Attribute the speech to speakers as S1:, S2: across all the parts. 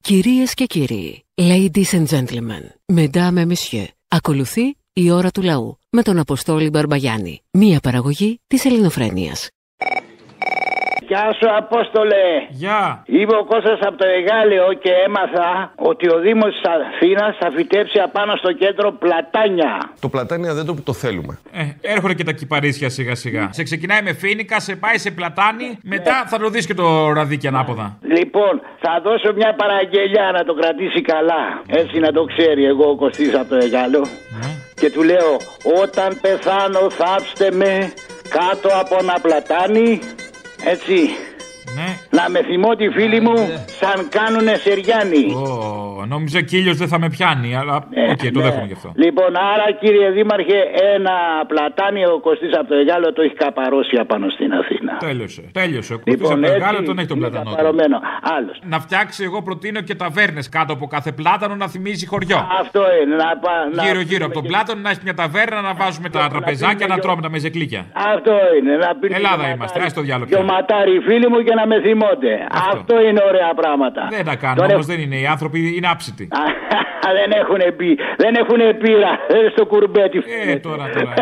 S1: Κυρίες και κύριοι, ladies and gentlemen, mesdames et messieurs, ακολουθεί η ώρα του λαού με τον Αποστόλη Μπαρμπαγιάννη, μία παραγωγή της Ελληνοφρένειας.
S2: Γεια σου Απόστολε.
S3: Γεια!
S2: Είμαι ο Κώστας από το Εγάλεο και έμαθα ότι ο Δήμος της Αθήνας θα φυτέψει απάνω στο κέντρο πλατάνια.
S4: Το πλατάνια δεν το, το θέλουμε.
S3: Ε, έρχονται και τα κυπαρίσια σιγά
S2: Ναι.
S3: σιγά. Σε ξεκινάει με φίνικα, σε πάει σε πλατάνι, μετά θα το δεις και το ραδίκι
S2: Ναι.
S3: ανάποδα.
S2: Λοιπόν, θα δώσω μια παραγγελιά να το κρατήσει καλά. Έτσι να το ξέρει εγώ ο Κωστής από το Εγάλεο.
S3: Ναι.
S2: Και του λέω, όταν πεθάνω θάψτε με κάτω από ένα πλατάνι. Έτσι,
S3: Ναι.
S2: να με θυμώ τη φίλη μου σαν κάνουνε Σεριάννη.
S3: Ω, νόμιζα κύλιο δεν θα με πιάνει, αλλά οκ, το
S2: ναι.
S3: δέχομαι γι' αυτό.
S2: Λοιπόν, άρα κύριε Δήμαρχε, ένα πλατάνι ο Κωστής από το Εγάλο το έχει καπαρώσει απάνω στην Αθήνα.
S3: Τέλειωσε. Τέλειωσε. Ο κουτί από το
S2: Λοιπόν, έτσι, ναι,
S3: γάλα τον έχει τον
S2: είναι
S3: πλατανό. του.
S2: καπαρωμένο. Άλλος.
S3: Να φτιάξει, εγώ προτείνω και ταβέρνες κάτω από κάθε πλάτανο να θυμίζει χωριό.
S2: Αυτό είναι. Να, πα- να
S3: Γύρω-γύρω
S2: πίνουμε
S3: από τον
S2: και-
S3: πλάτανο να έχει μια ταβέρνα να βάζουμε τα
S2: να
S3: τραπεζάκια
S2: πίνουμε
S3: να
S2: και-
S3: τρώμε τα μεζεκλίκια.
S2: Αυτό είναι. λοιπόν, Να πίνουμε
S3: Ελλάδα
S2: γιωματάρι-
S3: είμαστε, ας το διάλογο.
S2: Γιωματάρι φίλοι μου και να με θυμώνται.
S3: Αυτό.
S2: Αυτό, είναι ωραία πράγματα.
S3: Δεν τα κάνουν
S2: Τώρα-
S3: όμω, δεν είναι. Οι άνθρωποι είναι άψητοι.
S2: δεν έχουν πει. Δεν έχουν πείρα ε, στο Λοιπόν, κουρμπέτι.
S3: Ε, τώρα, τώρα.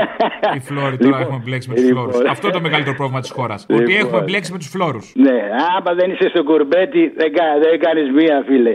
S3: Οι φλόροι, τώρα έχουμε μπλέξει με τους φλόρους. Αυτό είναι το μεγαλύτερο πρόβλημα της χώρας. Ότι
S2: ε, Λοιπόν.
S3: έχουμε μπλέξει με τους φλόρους.
S2: Ναι, άμα δεν είσαι στο κουρμπέτι, δεν, κα- δεν κάνεις μία, φίλε.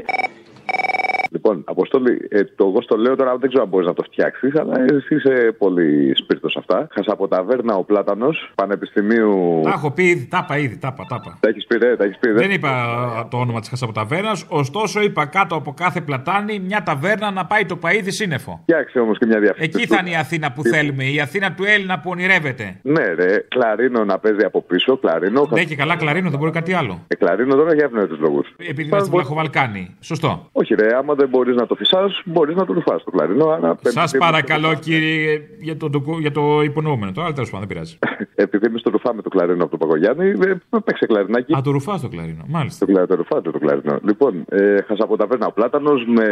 S5: Λοιπόν, Αποστόλη, ε, το εγώ στο λέω τώρα δεν ξέρω αν μπορείς να το φτιάξεις, αλλά εσύ είσαι πολύ σπίρτος αυτά. Χασαποταβέρνα ο Πλάτανος, Πανεπιστημίου.
S3: Τα έχω Ναι. πει ήδη, τα είπα ήδη, τα είπα, τα
S2: Ε,
S3: είπα.
S5: Τα έχεις πει, ρε, τα έχεις πει.
S3: Δεν είπα α, το όνομα της Χασαποταβέρνα, ωστόσο είπα κάτω από κάθε πλατάνη μια ταβέρνα να πάει το παίδι σύννεφο.
S5: Φτιάξε όμως και μια διαφήμιση.
S3: Εκεί θα είναι η Αθήνα που θέλουμε, η Αθήνα του Έλληνα που ονειρεύεται.
S5: Ναι, ρε, κλαρίνο να παίζει από πίσω, κλαρίνο.
S3: Ε. Ναι, και καλά, κλαρίνο, δεν μπορεί κάτι άλλο.
S5: Ε, κλαρίνο τώρα για ευνοϊκού λόγους.
S3: Επειδή είμαστε Βλαχοβαλκάνοι. Σωστό.
S5: Όχι, ρε, άμα δεν μπορείς να το φυσάς, μπορείς να το ρουφά το κλαρίνο. άρα
S3: Σα
S5: επειδή-
S3: παρακαλώ, κύριε, για το, ντοκου- για το υπονοούμενο. Το άλλο τέλος πάντων δεν πειράζει.
S5: Επειδή εμείς το ρουφάμε το κλαρίνο από τον Παγκογιάννη, ε, παίξε κλαρινάκι.
S3: Α, το ρουφάς το κλαρίνο. Μάλιστα.
S5: Το κλαρινό, φάτε το κλαρινό. Λοιπόν, ε, χασαποταβέρνα ο Πλάτανος με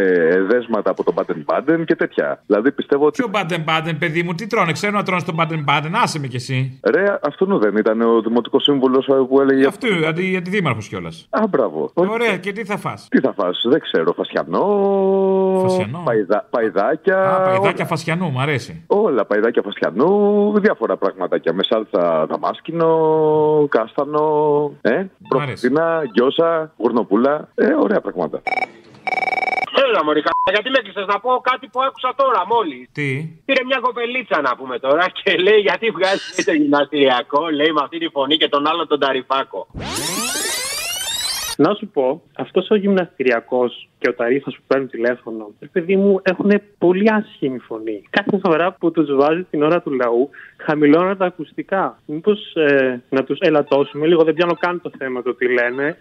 S5: δέσματα από τον Μπάντεν Μπάντεν και τέτοια. Δηλαδή πιστεύω ότι.
S3: Ποιο μπάντεν μπάντεν, παιδί μου, τι τρώνε, ξέρω να τρώνε τον μπάντεν μπάντεν, άσε με κι εσύ.
S5: Ρε, αυτόν δεν ήταν ο δημοτικός σύμβουλος που έλεγε.
S3: Αυτό είναι αντι, αντιδήμαρχο κιόλας.
S5: Α, μπράβο.
S3: Ε, Ωραία, και τι θα φας.
S5: Τι θα φας, δεν ξέρω. Φασιανό.
S3: Φασιανό.
S5: παϊδα- παϊδάκια.
S3: Α, παϊδάκια
S5: όλα.
S3: φασιανού, μου αρέσει.
S5: Όλα, παϊδάκια φασιανού, διάφορα πραγματάκια. Με σάλτσα δαμάσκινο, κάστανο, ε,
S3: Μ' αρέσει.
S5: προφιτίνα, γκιόσα, γουρνοπούλα. Ε, ωραία πράγματα.
S6: Έλα, Μωρή, κα- γιατί με έκλεισες να πω κάτι που άκουσα τώρα μόλις.
S3: Τι.
S6: Πήρε μια κοπελίτσα να πούμε τώρα και λέει γιατί βγάζει το γυμναστηριακό, λέει με αυτή τη φωνή και τον άλλο τον ταριφάκο.
S7: Να σου πω, αυτός ο γυμναστηριακός και ο ταρίφας που παίρνουν τηλέφωνο, ρε παιδί μου, έχουν πολύ άσχημη φωνή. Κάθε φορά που τους βάζει την ώρα του λαού, χαμηλώνουν τα ακουστικά. Μήπως να τους ελαττώσουμε λίγο, δεν πιάνω καν το θέμα το τι λένε.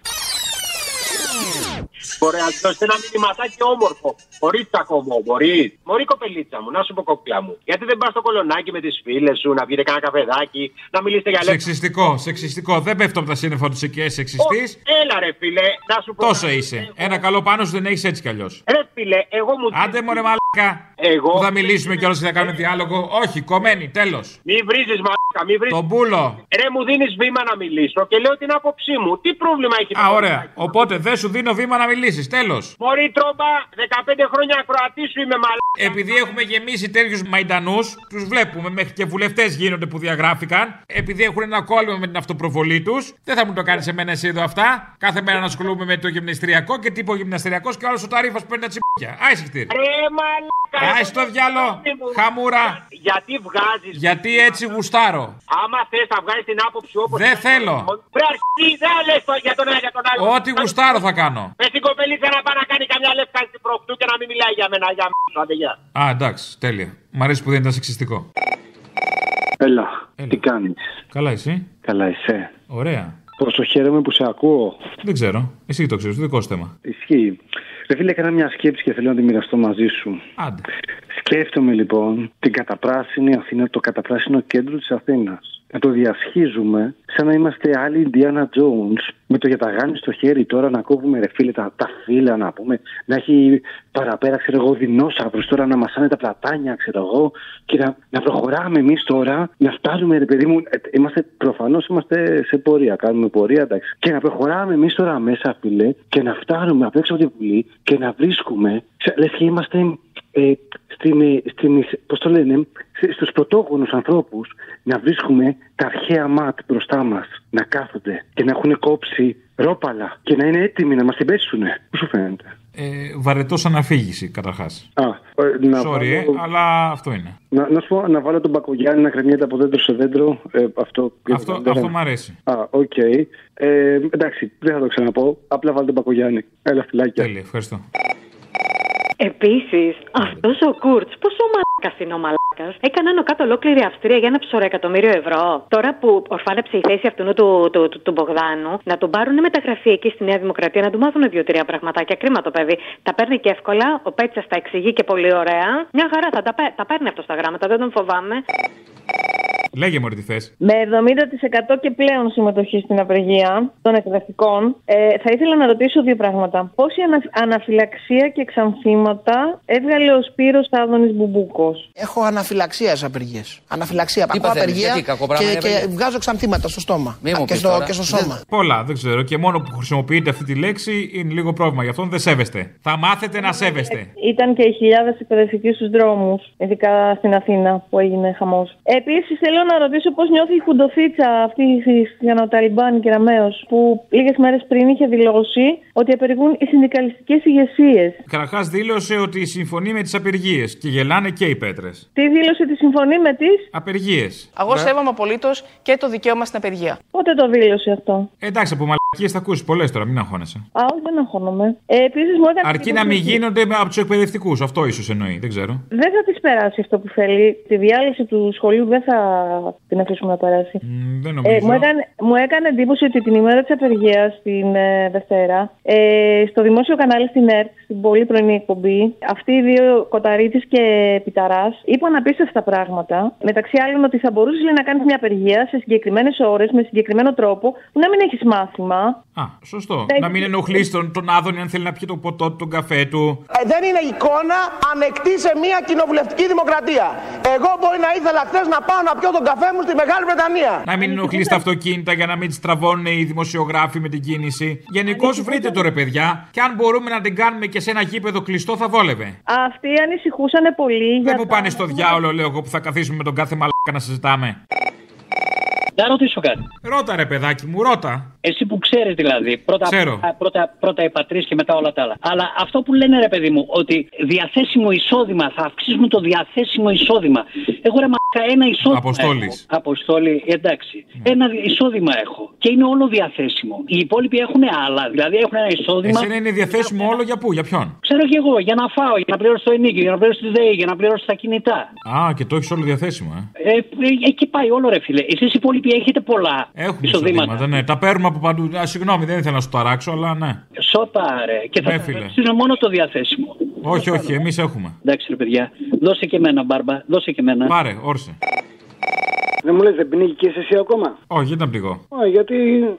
S6: Μπορεί να δώσει ένα μηνυματάκι όμορφο. Μπορείς τσακωμό, μπορεί. Μπορεί κοπελίτσα μου, να σου πω κοπλά μου. Γιατί δεν πας στο κολονάκι με τις φίλες σου, να πείτε κανένα καφεδάκι, να μιλήσετε για λέξη.
S3: Σεξιστικό, σεξιστικό. Δεν πέφτω από τα σύννεφα του εκεί, σεξιστής.
S6: Έλα, ρε φίλε, να σου πω.
S3: Τόσο
S6: κάτι.
S3: είσαι. Ένα καλό πάνω σου δεν έχεις έτσι κι αλλιώς.
S6: Ρε φίλε, εγώ μου.
S3: Άντε μωρέ μαλάκα.
S6: Εγώ-
S3: Που θα μιλήσουμε κιόλας και θα κάνουμε διάλογο. Όχι, κομμένη, τέλος.
S6: Μη βρίζεις, μαλάκα, μη βρίζεις.
S3: Το μπούλο.
S6: Ρε, μου δίνεις βήμα να μιλήσω και λέω την άποψή μου. Τι πρόβλημα έχει
S3: Α,
S6: το
S3: ωραία.
S6: κολονάκι?
S3: Οπότε δεν σου δίνω βήμα να μιλήσεις. Τέλος.
S6: Μωρή τρόμπα, 15 χρόνια ακροατή σου είμαι μαλάκα.
S3: Επειδή έχουμε γεμίσει τέτοιους μαϊντανούς, τους βλέπουμε μέχρι και βουλευτές γίνονται που διαγράφηκαν. Επειδή έχουν ένα κόλλημα με την αυτοπροβολή τους, δεν θα μου το κάνεις εμένα εσύ εδώ αυτά. Κάθε μέρα να ασχολούμαι με το γυμναστηριακό και τύπο γυμναστηριακό και άλλος ο ταρίφας που παίρνει τα τσιμπούκια. Άισε χτύρι.
S6: Ρε μαλάκα.
S3: Άισε το διάλο. Χαμούρα.
S6: Γιατί βγάζεις
S3: Γιατί έτσι γουστάρω.
S6: Άμα θες να βγάλεις την άποψη όπως...
S3: Δεν θέλω.
S6: Ρε αρχίδα λες το- για τον ένα για τον άλλο.
S3: Ό,τι γουστάρω θα κάνω.
S6: Πες στην κοπελίτσα να πάει να κάνει καμιά λευκά στην προχτού και να μην μιλάει για μένα, για μένα, άντε, γεια.
S3: Α, εντάξει, τέλεια. Μ' αρέσει που δεν ήταν σεξιστικό.
S8: Έλα,
S3: Έλα.
S8: τι κάνεις.
S3: Καλά, εσύ.
S8: Καλά, είσαι.
S3: Ωραία.
S8: Πόσο χαίρομαι που σε ακούω. σου
S3: Δεν ξέρω. Εσύ το ξέρεις, το δικό σου θέμα.
S8: Ισχύει. Ρε φίλε, έκανα μια σκέψη και θέλω να τη μοιραστώ μαζί σου.
S3: Άντε.
S8: Σκέφτομαι λοιπόν την καταπράσινη Αθήνα, το καταπράσινο κέντρο της Αθήνας. να το διασχίζουμε σαν να είμαστε άλλοι Ιντιάνα Τζόουν με το γιαταγάνι στο χέρι τώρα να κόβουμε ρε φίλε τα, τα φύλλα να πούμε, να έχει παραπέρα ξέρω εγώ δεινόσαυρους τώρα να μασάνε τα πλατάνια ξέρω εγώ και να, να προχωράμε εμείς τώρα, να φτάζουμε ρε παιδί μου, ε, είμαστε προφανώς είμαστε σε πορεία, κάνουμε πορεία εντάξει και να προχωράμε εμείς τώρα μέσα φίλε και να φτάνουμε απ' έξω από τη Βουλή και να βρίσκουμε, ξε- λες και είμαστε ε, στην, ε, στην, ε, πώς το λένε, σε- στους πρωτόγονους ανθρώπους να βρίσκουμε τα αρχαία ΜΑΤ μπροστά μας να κάθονται και να έχουν κόψει ρόπαλα και να είναι έτοιμοι να μας την πέσουνε. Πώς σου φαίνεται.
S3: Ε, Βαρετός αναφήγηση, καταρχάς.
S8: Α, ε, να,
S3: Sorry, ε,
S8: βάλω,
S3: αλλά αυτό είναι.
S8: να, να, σου πω, να βάλω τον Μπακογιάννη να κρεμιέται από δέντρο σε δέντρο. Ε, αυτό
S3: Αυτό, αυτό μ' αρέσει.
S8: Α, οκ. Ε, εντάξει, δεν θα το ξαναπώ. Απλά βάλω τον Μπακογιάννη. Έλα, φυλάκια.
S3: Τέλεια, ευχαριστώ.
S9: Επίσης, αυτός ο Κούρτ, πόσο μαλάκας είναι ο μαλάκας. Έκανε άνω κάτω ολόκληρη Αυστρία για ένα ψωρεκατομμύριο ευρώ. Τώρα που ορφάνεψε η θέση αυτού του, του, του, του Μπογδάνου, να τον πάρουν μεταγραφή εκεί στη Νέα Δημοκρατία, να του μάθουν δύο-τρία πραγματάκια. Κρίμα το παιδί. Τα παίρνει και εύκολα, ο Πέτσα τα εξηγεί και πολύ ωραία. Μια χαρά θα τα, παί- τα παίρνει αυτό στα γράμματα, δεν τον φοβάμαι.
S3: Λέγε μου τι θες.
S10: Με 70% και πλέον συμμετοχή στην απεργία των εκδευτικών, ε, θα ήθελα να ρωτήσω δύο πράγματα. Πόση ανα- αναφυλαξία και εξανθήματα έβγαλε ο Σπύρος Άδωνης Μπουμπούκος.
S11: Έχω αναφυλαξία σε απεργίες. Αναφυλαξία. Πακώ
S12: παθαίνεις,
S11: απεργία
S12: γιατί, κακό πράγμα
S11: και,
S12: είναι
S11: και
S12: απεργία.
S11: βγάζω ξαντήματα στο στόμα.
S12: Μη μου
S11: και,
S12: πεις
S11: στο,
S12: τώρα.
S11: και στο σώμα.
S3: Πολλά, δεν ξέρω. Και μόνο που χρησιμοποιείτε αυτή τη λέξη είναι λίγο πρόβλημα. Γι' αυτό δεν σέβεστε. Θα μάθετε να σέβεστε.
S10: Ήταν και οι χιλιάδες εκπαιδευτικοί στους δρόμους, ειδικά στην Αθήνα που έγινε χαμός. Επίσης, θέλω να ρωτήσω πώς νιώθει η Χουντοφίτσα αυτή η Χριστιανοταλιμπάνη Κεραμαίο, που λίγες μέρες πριν είχε δηλώσει ότι απεργούν οι συνδικαλιστικές ηγεσίες.
S3: Καταρχάς δήλωσε ότι συμφωνεί με τις απεργίες και γελάνε και οι πέτρες.
S10: Τι δήλωσε ότι συμφωνεί με τις,
S3: Απεργίες.
S13: Εγώ σέβομαι απολύτως και το δικαίωμα στην απεργία.
S10: πότε το δήλωσε αυτό.
S3: Εντάξει, από μαλακίες θα ακούσεις πολλές τώρα, μην αγχώνεσαι.
S10: Α, όχι, δεν αγχώνομαι. Ε, Επίσης, μου έκανε
S3: Αρκεί να
S10: εντύπωση-
S3: μην γίνονται με- από τους εκπαιδευτικούς. Αυτό ίσως εννοεί, δεν ξέρω.
S10: Δεν θα τη περάσει αυτό που θέλει. Τη διάλυση του σχολείου δεν θα την αφήσουμε να περάσει.
S3: Μ, Δεν
S10: Ε,
S3: νομίζω.
S10: μου, έκανε, μου έκανε εντύπωση ότι την ημέρα της απεργίας, την ε, Δευτέρα, ε, στο δημόσιο κανάλι στην ΕΡΤ, στην πολύ πρωινή εκπομπή, αυτοί οι δύο, Κοταρίτης και Πιταράς, είπαν απίστευτα πράγματα. Μεταξύ άλλων, ότι θα μπορούσες λέει, να κάνεις μια απεργία σε συγκεκριμένες ώρες, με συγκεκριμένο τρόπο, που να μην έχεις μάθημα.
S3: Α, σωστό.
S10: Δεν-
S3: Να μην ενοχλείς τον, τον Άδωνη αν θέλει να πιει το ποτό του, τον καφέ του.
S11: Ε, δεν είναι εικόνα ανεκτή σε μια κοινοβουλευτική δημοκρατία. Εγώ μπορεί να ήθελα χθες να πάω να πιω τον καφέ μου στη Μεγάλη Βρετανία.
S3: Να μην ενοχλείς τα αυτοκίνητα για να μην τι τραβώνουν οι δημοσιογράφοι με την κίνηση. Γενικώ βρείτε το ρε παιδιά. Και αν μπορούμε να την κάνουμε και σε ένα γήπεδο κλειστό, θα βόλευε.
S10: Αυτοί ανησυχούσαν πολύ για.
S3: Δεν μου πάνε στο διάολο, λέω εγώ, που θα καθίσουμε με τον κάθε μαλάκα να συζητάμε.
S14: Να ρωτήσω κάτι.
S3: Ρώτα ρε παιδάκι μου, ρώτα.
S14: Εσύ που ξέρεις δηλαδή, πρώτα,
S3: Ξέρω.
S14: πρώτα, πρώτα, πρώτα οι πατρίες και μετά όλα τα άλλα. Αλλά αυτό που λένε ρε παιδί μου, ότι διαθέσιμο εισόδημα, θα αυξήσουμε το διαθέσιμο εισόδημα. Εγώ ρε μαλάκα ένα εισόδημα.
S3: Αποστόλης. Ναι.
S14: έχω. Αποστόλη, εντάξει. Ένα εισόδημα έχω και είναι όλο διαθέσιμο. Οι υπόλοιποι έχουν άλλα, δηλαδή έχουν ένα εισόδημα.
S3: Εσένα είναι διαθέσιμο όλο για πού, για ποιον.
S14: Ξέρω κι εγώ, για να φάω, για να πληρώσω το ενίκιο, για να πληρώσω τη ΔΕΗ, για να πληρώσω τα κινητά.
S3: Α, και το έχεις όλο διαθέσιμο, ε.
S14: Ε, ε, εκεί πάει όλο ρε φίλε. Εσείς οι υπόλοιποι έχετε πολλά
S3: Έχουμε εισοδήματα, ναι. Τα παίρνουμε από παντού. Α, συγγνώμη, δεν ήθελα να σου ταράξω, αλλά ναι.
S14: Ε, Σώπα ρε. Και
S3: Ναι,
S14: θα
S3: φίλε.
S14: είναι μόνο το διαθέσιμο.
S3: Όχι, όχι, εμείς έχουμε.
S14: Εντάξει ρε παιδιά. Δώσε και εμένα μπάρμπα. Δώσε και εμένα.
S3: Πάρε, όρσε.
S15: Δεν μου λες δεν πνίγηκες εσύ ακόμα.
S3: Όχι, ήταν πληγό.
S15: Α, γιατί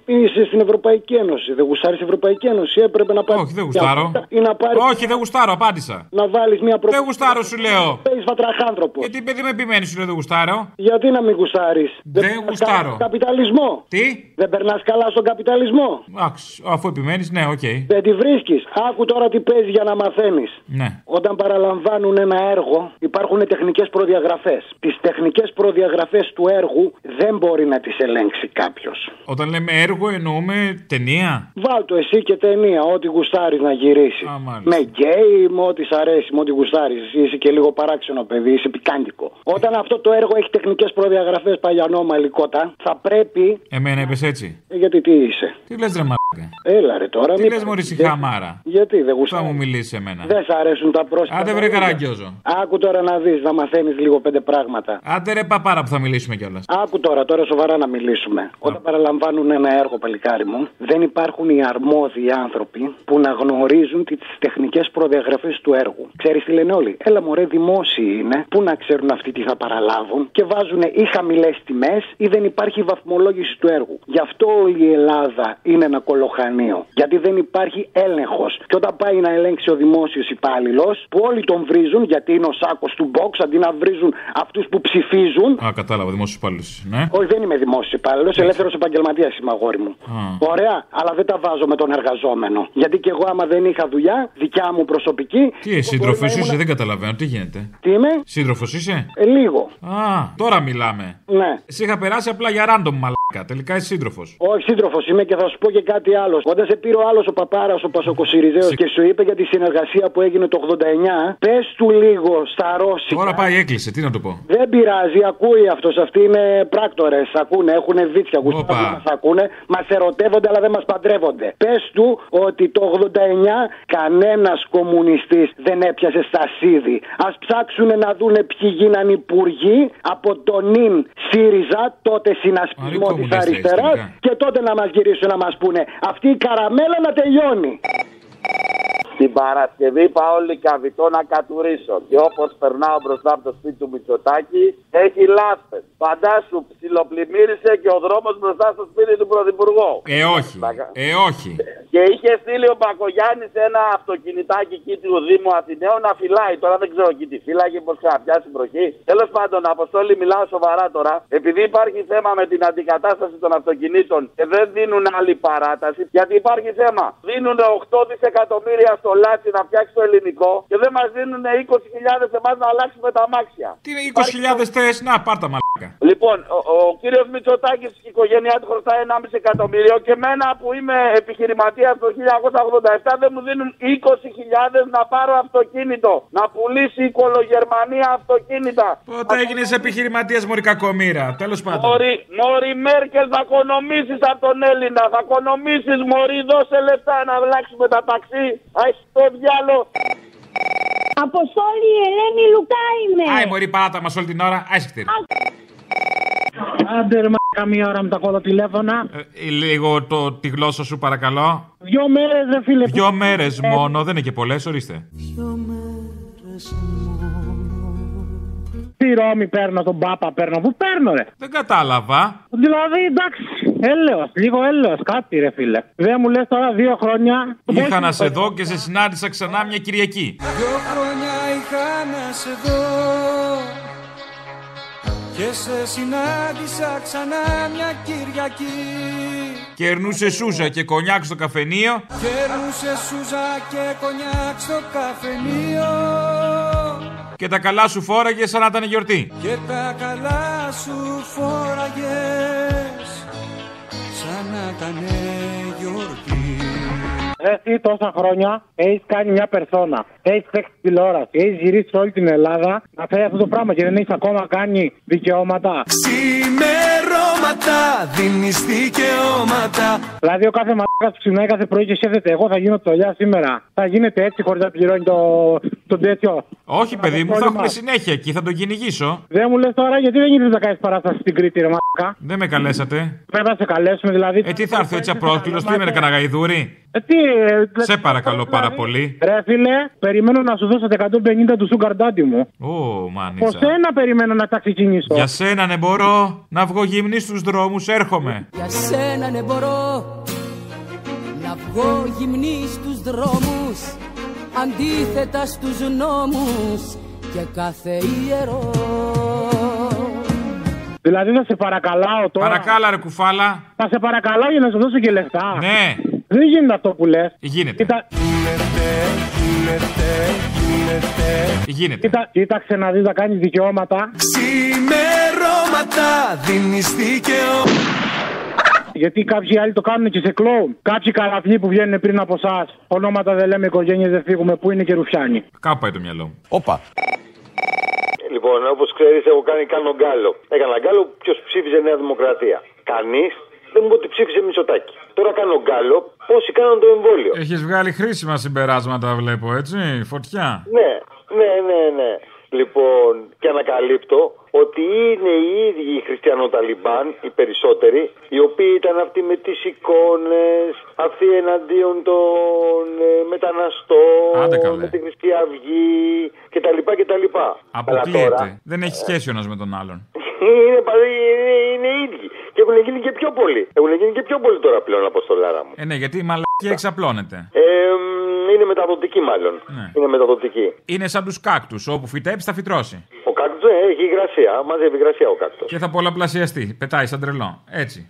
S15: είσαι στην Ευρωπαϊκή Ένωση. Δεν γουστάρεις την Ευρωπαϊκή Ένωση. Έπρεπε να πάρεις...
S3: Όχι, δεν γουστάρω.
S15: Ή να πάρεις...
S3: Όχι, δεν γουστάρω, απάντησα.
S15: Να βάλεις μια προ...
S3: Δεν γουστάρω, σου λέω.
S15: Παίζεις βατραχάνθρωπος.
S3: Γιατί παιδί με επιμένεις, σου λέω δεν γουστάρω.
S15: Γιατί να μην γουστάρεις.
S3: Δεν
S15: περνάς
S3: γουστάρω.
S15: καλά στον καπιταλισμό.
S3: Τι?
S15: Δεν περνάς καλά στον καπιταλισμό.
S3: Εντάξει, αφού επιμένεις, ναι, οκ.
S15: Δεν τη βρίσκεις. Άκου τώρα τι παίζει για να μαθαίνεις.
S3: Ναι.
S15: Όταν παραλαμβάνουν ένα έργο, υπάρχουν τεχνικές προδιαγραφές. Τις τεχνικές προδιαγραφές του έργου δεν μπορεί να τις ελέγξει κάποιος.
S3: Όταν λέμε έργο, εννοούμε ταινία.
S15: Βάλτο εσύ και ταινία, ό,τι γουστάρεις να γυρίσεις.
S3: Α, μάλιστα.
S15: με γκέι, με ό,τι σ' αρέσει, με ό,τι γουστάρεις. Είσαι και λίγο παράξενο παιδί, είσαι πικάντικο. Όταν αυτό το έργο έχει τεχνικές προδιαγραφές παλιανό μαλλικότα, θα πρέπει.
S3: Εμένα είπες έτσι.
S15: Ε, Γιατί τι είσαι.
S3: Τι λες, ρε μαλάκα.
S15: Έλα ρε τώρα,
S3: Τι
S15: μην
S3: λες,
S15: πα-
S3: Μωρή
S15: δεν-
S3: Χαμάρα.
S15: Γιατί δεν
S3: Θα
S15: γουστάρει.
S3: μου μιλήσεις εμένα.
S15: Δεν σ' αρέσουν τα πρόσωπα.
S3: Άντε, βρε καραγκιόζο.
S15: Άκου τώρα να δεις, να μαθαίνεις λίγο πέντε πράγματα.
S3: Άντε, ρε παπάρα που θα μιλήσουμε κιόλας.
S15: Άκου τώρα, τώρα σοβαρά να μιλήσουμε. Όταν παραλαμβάνουν ένα έργο, παλικάρι μου, δεν υπάρχουν οι αρμόδιοι άνθρωποι που να γνωρίζουν τις τεχνικές προδιαγραφές του έργου. Ξέρεις τι λένε όλοι. Έλα, μωρέ, δημόσιοι είναι, πού να ξέρουν αυτοί τι θα παραλάβουν και βάζουν ή χαμηλές τιμές ή δεν υπάρχει βαθμολόγηση του έργου. Γι' αυτό όλη η Ελλάδα είναι ένα κολοχανίο. Γιατί δεν υπάρχει έλεγχος. Και όταν πάει να ελέγξει ο δημόσιος υπάλληλος, που όλοι τον βρίζουν γιατί είναι ο σάκος του box, αντί να βρίζουν αυτούς που ψηφίζουν.
S3: Α, κατάλαβα, δημόσιος υπάλληλο. Ναι.
S15: Όχι, δεν είμαι δημόσιος υπάλληλος, ελεύθερος επαγγελματίας είμαι αγόρι μου.
S3: Α.
S15: Ωραία, αλλά δεν τα βάζω με τον εργαζόμενο. Γιατί και εγώ, άμα δεν είχα δουλειά, δικιά μου προσωπική.
S3: Τι σύντροφο είσαι, δεν καταλαβαίνω, τι γίνεται.
S15: Τι είμαι,
S3: Σύντροφος είσαι.
S15: ε, λίγο.
S3: Α, τώρα μιλάμε.
S15: Ναι.
S3: Σε είχα περάσει απλά για random μαλάκα. Τελικά είσαι σύντροφος.
S15: Όχι, σύντροφος είμαι και θα σου πω και κάτι άλλο. Όταν σε πήρε ο άλλος ο παπάρας, ο Πασοκοσυριζέος και σου είπε για τη συνεργασία που έγινε το 89, πες του λίγο στα Ρώσικα.
S3: Τώρα πάει, έκλεισε, τι να το πω.
S15: Δεν πειράζει, ακούει αυτός. Αυτοί είναι πράκτορες. Ακούνε, έχουν βίτσια γουστάρουν,
S3: Όπα.
S15: μας ακούνε. Μας ερωτεύονται, αλλά δεν μας παντρεύονται. Πες του ότι το 89 κανένας κομμουνιστής δεν έπιασε στασίδι. Ας ψάξουν να δούνε ποιοι γίναν υπουργοί από τον νυν ΣΥΡΙΖΑ, τότε συνασπισμό της
S16: κομμουνιστές,
S15: αριστεράς.
S16: τελικά.
S15: Και τότε να μας γυρίσουν να μας πούνε αυτή η καραμέλα να τελειώνει.
S16: Την Παρασκευή πάω λικαβιτό να κατουρίσω. Και όπως περνάω μπροστά από το σπίτι του Μητσοτάκη, έχει λάσπε. Φαντάσου, ψιλοπλημμύρισε και ο δρόμος μπροστά στο σπίτι του Πρωθυπουργού.
S3: Ε, όχι. Ε, όχι.
S16: Και είχε στείλει ο Μπακογιάννης ένα αυτοκινητάκι εκεί του Δήμου Αθηναίων να φυλάει. Τώρα δεν ξέρω εκεί τι φύλαγε, πώς ξαναπιάσει βροχή. Τέλος πάντων, Αποστόλη, μιλάω σοβαρά τώρα. Επειδή υπάρχει θέμα με την αντικατάσταση των αυτοκινήτων και δεν δίνουν άλλη παράταση, γιατί υπάρχει θέμα. Δίνουν 8 δισεκατομμύρια στο Λάτσι να φτιάξει το ελληνικό και δεν μας δίνουν 20.000 εμάς να αλλάξουμε τα μάξια.
S3: Τι είναι 20.000 τε, να πάρ' τα μαλάκα.
S16: Λοιπόν, ο, ο κύριος Μητσοτάκης και η οικογένειά του χρωστάει 1,5 εκατομμύριο και μένα που είμαι επιχειρηματίας το 1987 δεν μου δίνουν 20.000 να πάρω αυτοκίνητο. Να πουλήσει η κολογερμανία αυτοκίνητα.
S3: Πότε έγινες επιχειρηματίας Μωρικακομήρα. Τέλος πάντων.
S16: Μωρή, Μωρή Μέρκελ, θα οικονομήσει από τον Έλληνα. Θα οικονομήσει, Μωρή, δώσε λεφτά να αλλάξουμε τα ταξί. Αχ, το διάλο.
S17: Αποστόλη Ελένη Λουκά είμαι.
S3: Άι, Μωρή, παράτα μας όλη την ώρα. Άι, χτύρι.
S18: Άντε ρε μαλάκα, μία ώρα με τα κόλλα τηλέφωνα.
S3: Ε, Λίγο το, τη γλώσσα σου, παρακαλώ.
S18: Δυο μέρες ρε φίλε. Ε,
S3: Δυο μέρες μόνο, δεν είναι και πολλές, ορίστε.
S18: Στη Ρώμη παίρνω, τον Πάπα παίρνω. Πού παίρνω ρε.
S3: Δεν κατάλαβα.
S18: Δηλαδή εντάξει, έλεος, λίγο έλεος, κάτι ρε φίλε. Δεν μου λες τώρα δύο χρόνια.
S3: Είχα να
S18: Δεν-
S3: σε δω και σε συνάντησα ξανά μια Κυριακή.
S19: Δυο χρόνια είχα να σε δω Και σε συνάντησα ξανά μια Κυριακή
S3: Κερνούσε σούζα και κονιάκ στο καφενείο.
S19: Κέρνουσε σούζα και κονιάκ στο καφενείο
S3: Και τα καλά σου φόραγες σαν να ήταν γιορτή.
S19: Και τα καλά σου φόραγες Σαν να ήταν γιορτή
S18: Ρε εσύ τόσα χρόνια έχεις κάνει μια περσόνα. Έχεις παίξει τηλεόραση. Έχεις γυρίσει σε όλη την Ελλάδα να φέρει αυτό το πράγμα και δεν έχεις ακόμα κάνει δικαιώματα.
S19: Ξημερώματα δίνεις δικαιώματα
S18: Δηλαδή, ο κάθε μαλάκας που ξυπνάει κάθε πρωί και σκέφτεται: Εγώ θα γίνω τσολιά σήμερα. Θα γίνεται έτσι χωρίς να πληρώνει το, το τέτοιο.
S3: Όχι, παιδί μου, θα έχουμε
S18: μας.
S3: συνέχεια εκεί, θα τον κυνηγήσω.
S18: Δεν μου λες τώρα γιατί δεν γίνεται να κάνεις παράσταση στην Κρήτη, ρε μαλάκα.
S3: Δεν με καλέσατε.
S18: Πρέπει να σε καλέσουμε, δηλαδή.
S3: Ε, τι θα έρθω έτσι απρόσκλητο, τι είμαι, ρε, κανένα γαϊδούρι.
S18: Ε, τι, ε, λε-
S3: Σε παρακαλώ πάρα πολύ.
S18: Ρε φίλε, περιμένω να σου δώσω τα 150 του Sugar Daddy μου.
S3: Ω,
S18: Από
S3: μάνιτσα.
S18: σένα περιμένω να τα ξεκινήσω.
S3: Για σένα ναι μπορώ να βγω γυμνή στους δρόμους, έρχομαι.
S20: Για σένα ναι μπορώ να βγω γυμνή στους δρόμους αντίθετα στους νόμους και κάθε ιερός.
S18: Δηλαδή, θα σε παρακαλάω τώρα.
S3: Παρακάλα ρε Ε, κουφάλα.
S18: Θα σε παρακαλώ για να σου δώσω και λεφτά.
S3: Ναι.
S18: Δεν γίνεται αυτό που λες.
S3: Γίνεται.
S18: Κοίτα...
S3: Γίνεται.
S18: Κοίτα... Κοίταξε να δεις να κάνει δικαιώματα.
S19: Ξημερώματα δίνεις δικαιώματα
S18: Γιατί κάποιοι άλλοι το κάνουν και σε κλόουν. Κάποιοι καραφλοί που βγαίνουν πριν από εσάς. Ονόματα δεν λέμε, οικογένειες δεν φύγουμε. Πού είναι και ρουφιάνοι.
S3: Κάπου πάει το μυαλό μου.
S18: Όπα.
S21: Λοιπόν, όπως ξέρεις, έχω κάνει κάνω γκάλο. Έκανα γκάλο ποιος ψήφιζε Νέα Δημοκρατία. Κανείς δεν μου είπε ότι ψήφιζε Μητσοτάκη. Τώρα κάνω γκάλο πόσοι κάναν το εμβόλιο.
S3: Έχεις βγάλει χρήσιμα συμπεράσματα βλέπω, έτσι, φωτιά.
S21: Ναι, ναι, ναι, ναι. Λοιπόν, και ανακαλύπτω ότι είναι οι ίδιοι οι χριστιανοταλιμπάν, οι περισσότεροι, οι οποίοι ήταν αυτοί με τις εικόνες, αυτοί εναντίον των ε, μεταναστών,
S3: Άντε καλέ.
S21: με τη Χρυσή Αυγή κτλ. κτλ. αυτά. Αλλά τώρα
S3: Αποκλείεται. Δεν έχει σχέση ο ένας με τον άλλον.
S21: είναι, πα- είναι, είναι οι ίδιοι. Και έχουν γίνει και πιο πολλοί. Έχουν γίνει και πιο πολλοί τώρα πλέον από στολάρα μου.
S3: Ε, ναι, γιατί η μαλακία εξαπλώνεται.
S21: Ε, μ, είναι μεταδοτική μάλλον. Είναι μεταδοτική.
S3: Είναι σαν τους κάκτους. Όπου φυτέψει, θα φυτρώσει.
S21: Ο κάκτο έχει υγρασία. Μαζεύει υγρασία ο κάκτος.
S3: Και θα πολλαπλασιαστεί. Πετάει σαν τρελό. Έτσι.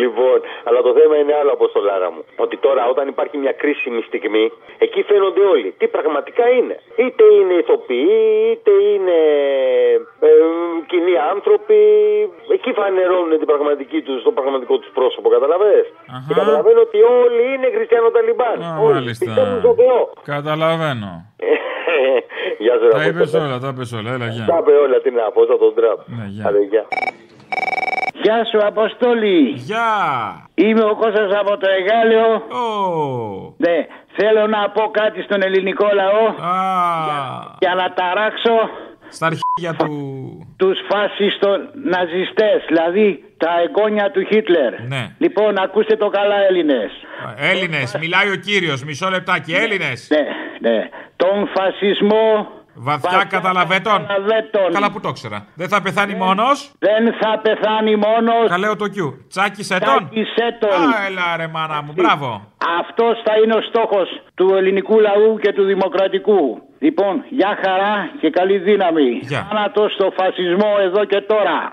S21: Λοιπόν, αλλά το θέμα είναι άλλο από στολάρα μου. Ότι τώρα όταν υπάρχει μια κρίσιμη στιγμή, εκεί φαίνονται όλοι. Τι πραγματικά είναι. Είτε είναι ηθοποιοί, είτε είναι ε, κοινοί άνθρωποι. Εκεί φανερώνουν την πραγματική τους, το πραγματικό τους πρόσωπο, καταλαβες. Και καταλαβαίνω ότι όλοι είναι Χριστιανό Ταλιμπάν. όλοι
S3: μάλιστα.
S21: πιστεύουν στο Θεό.
S3: Καταλαβαίνω.
S21: Γεια σου,
S3: Τα
S21: ρε,
S3: είπες
S21: Απόστολε.
S3: όλα, τα είπες όλα. Έλα,
S21: Τα
S3: γεια.
S21: είπε όλα, τι να πω, θα τον τραπ.
S3: Ναι, γεια.
S21: Άντε, γεια.
S22: Γεια σου, Αποστόλη.
S3: Γεια.
S22: Είμαι ο Κώστας από το Εγάλεο. Ναι, θέλω να πω κάτι στον ελληνικό λαό. Για, για να ταράξω.
S3: Στα αρχεία του.
S22: Τους φάσιστων ναζιστές, δηλαδή τα εγγόνια του Χίτλερ.
S3: Ναι.
S22: Λοιπόν, ακούστε το καλά Έλληνες.
S3: Έλληνες, μιλάει ο κύριος. Μισό λεπτάκι. Έλληνες.
S22: Ναι, ναι. Τον φασισμό.
S3: Βαθιά καταλαβέτων. Καλά που το ήξερα. Δεν θα πεθάνει μόνο.
S22: Ναι. Δεν θα πεθάνει μόνος.
S3: Καλέω το κιού. Τσάκισε τον. Α, έλα ρε μάνα μου. Μπράβο.
S22: Αυτός θα είναι ο στόχος του ελληνικού λαού και του δημοκρατικού. Λοιπόν, γεια χαρά και καλή δύναμη.
S3: Γεια.
S22: Θάνατος στο φασισμό εδώ και τώρα.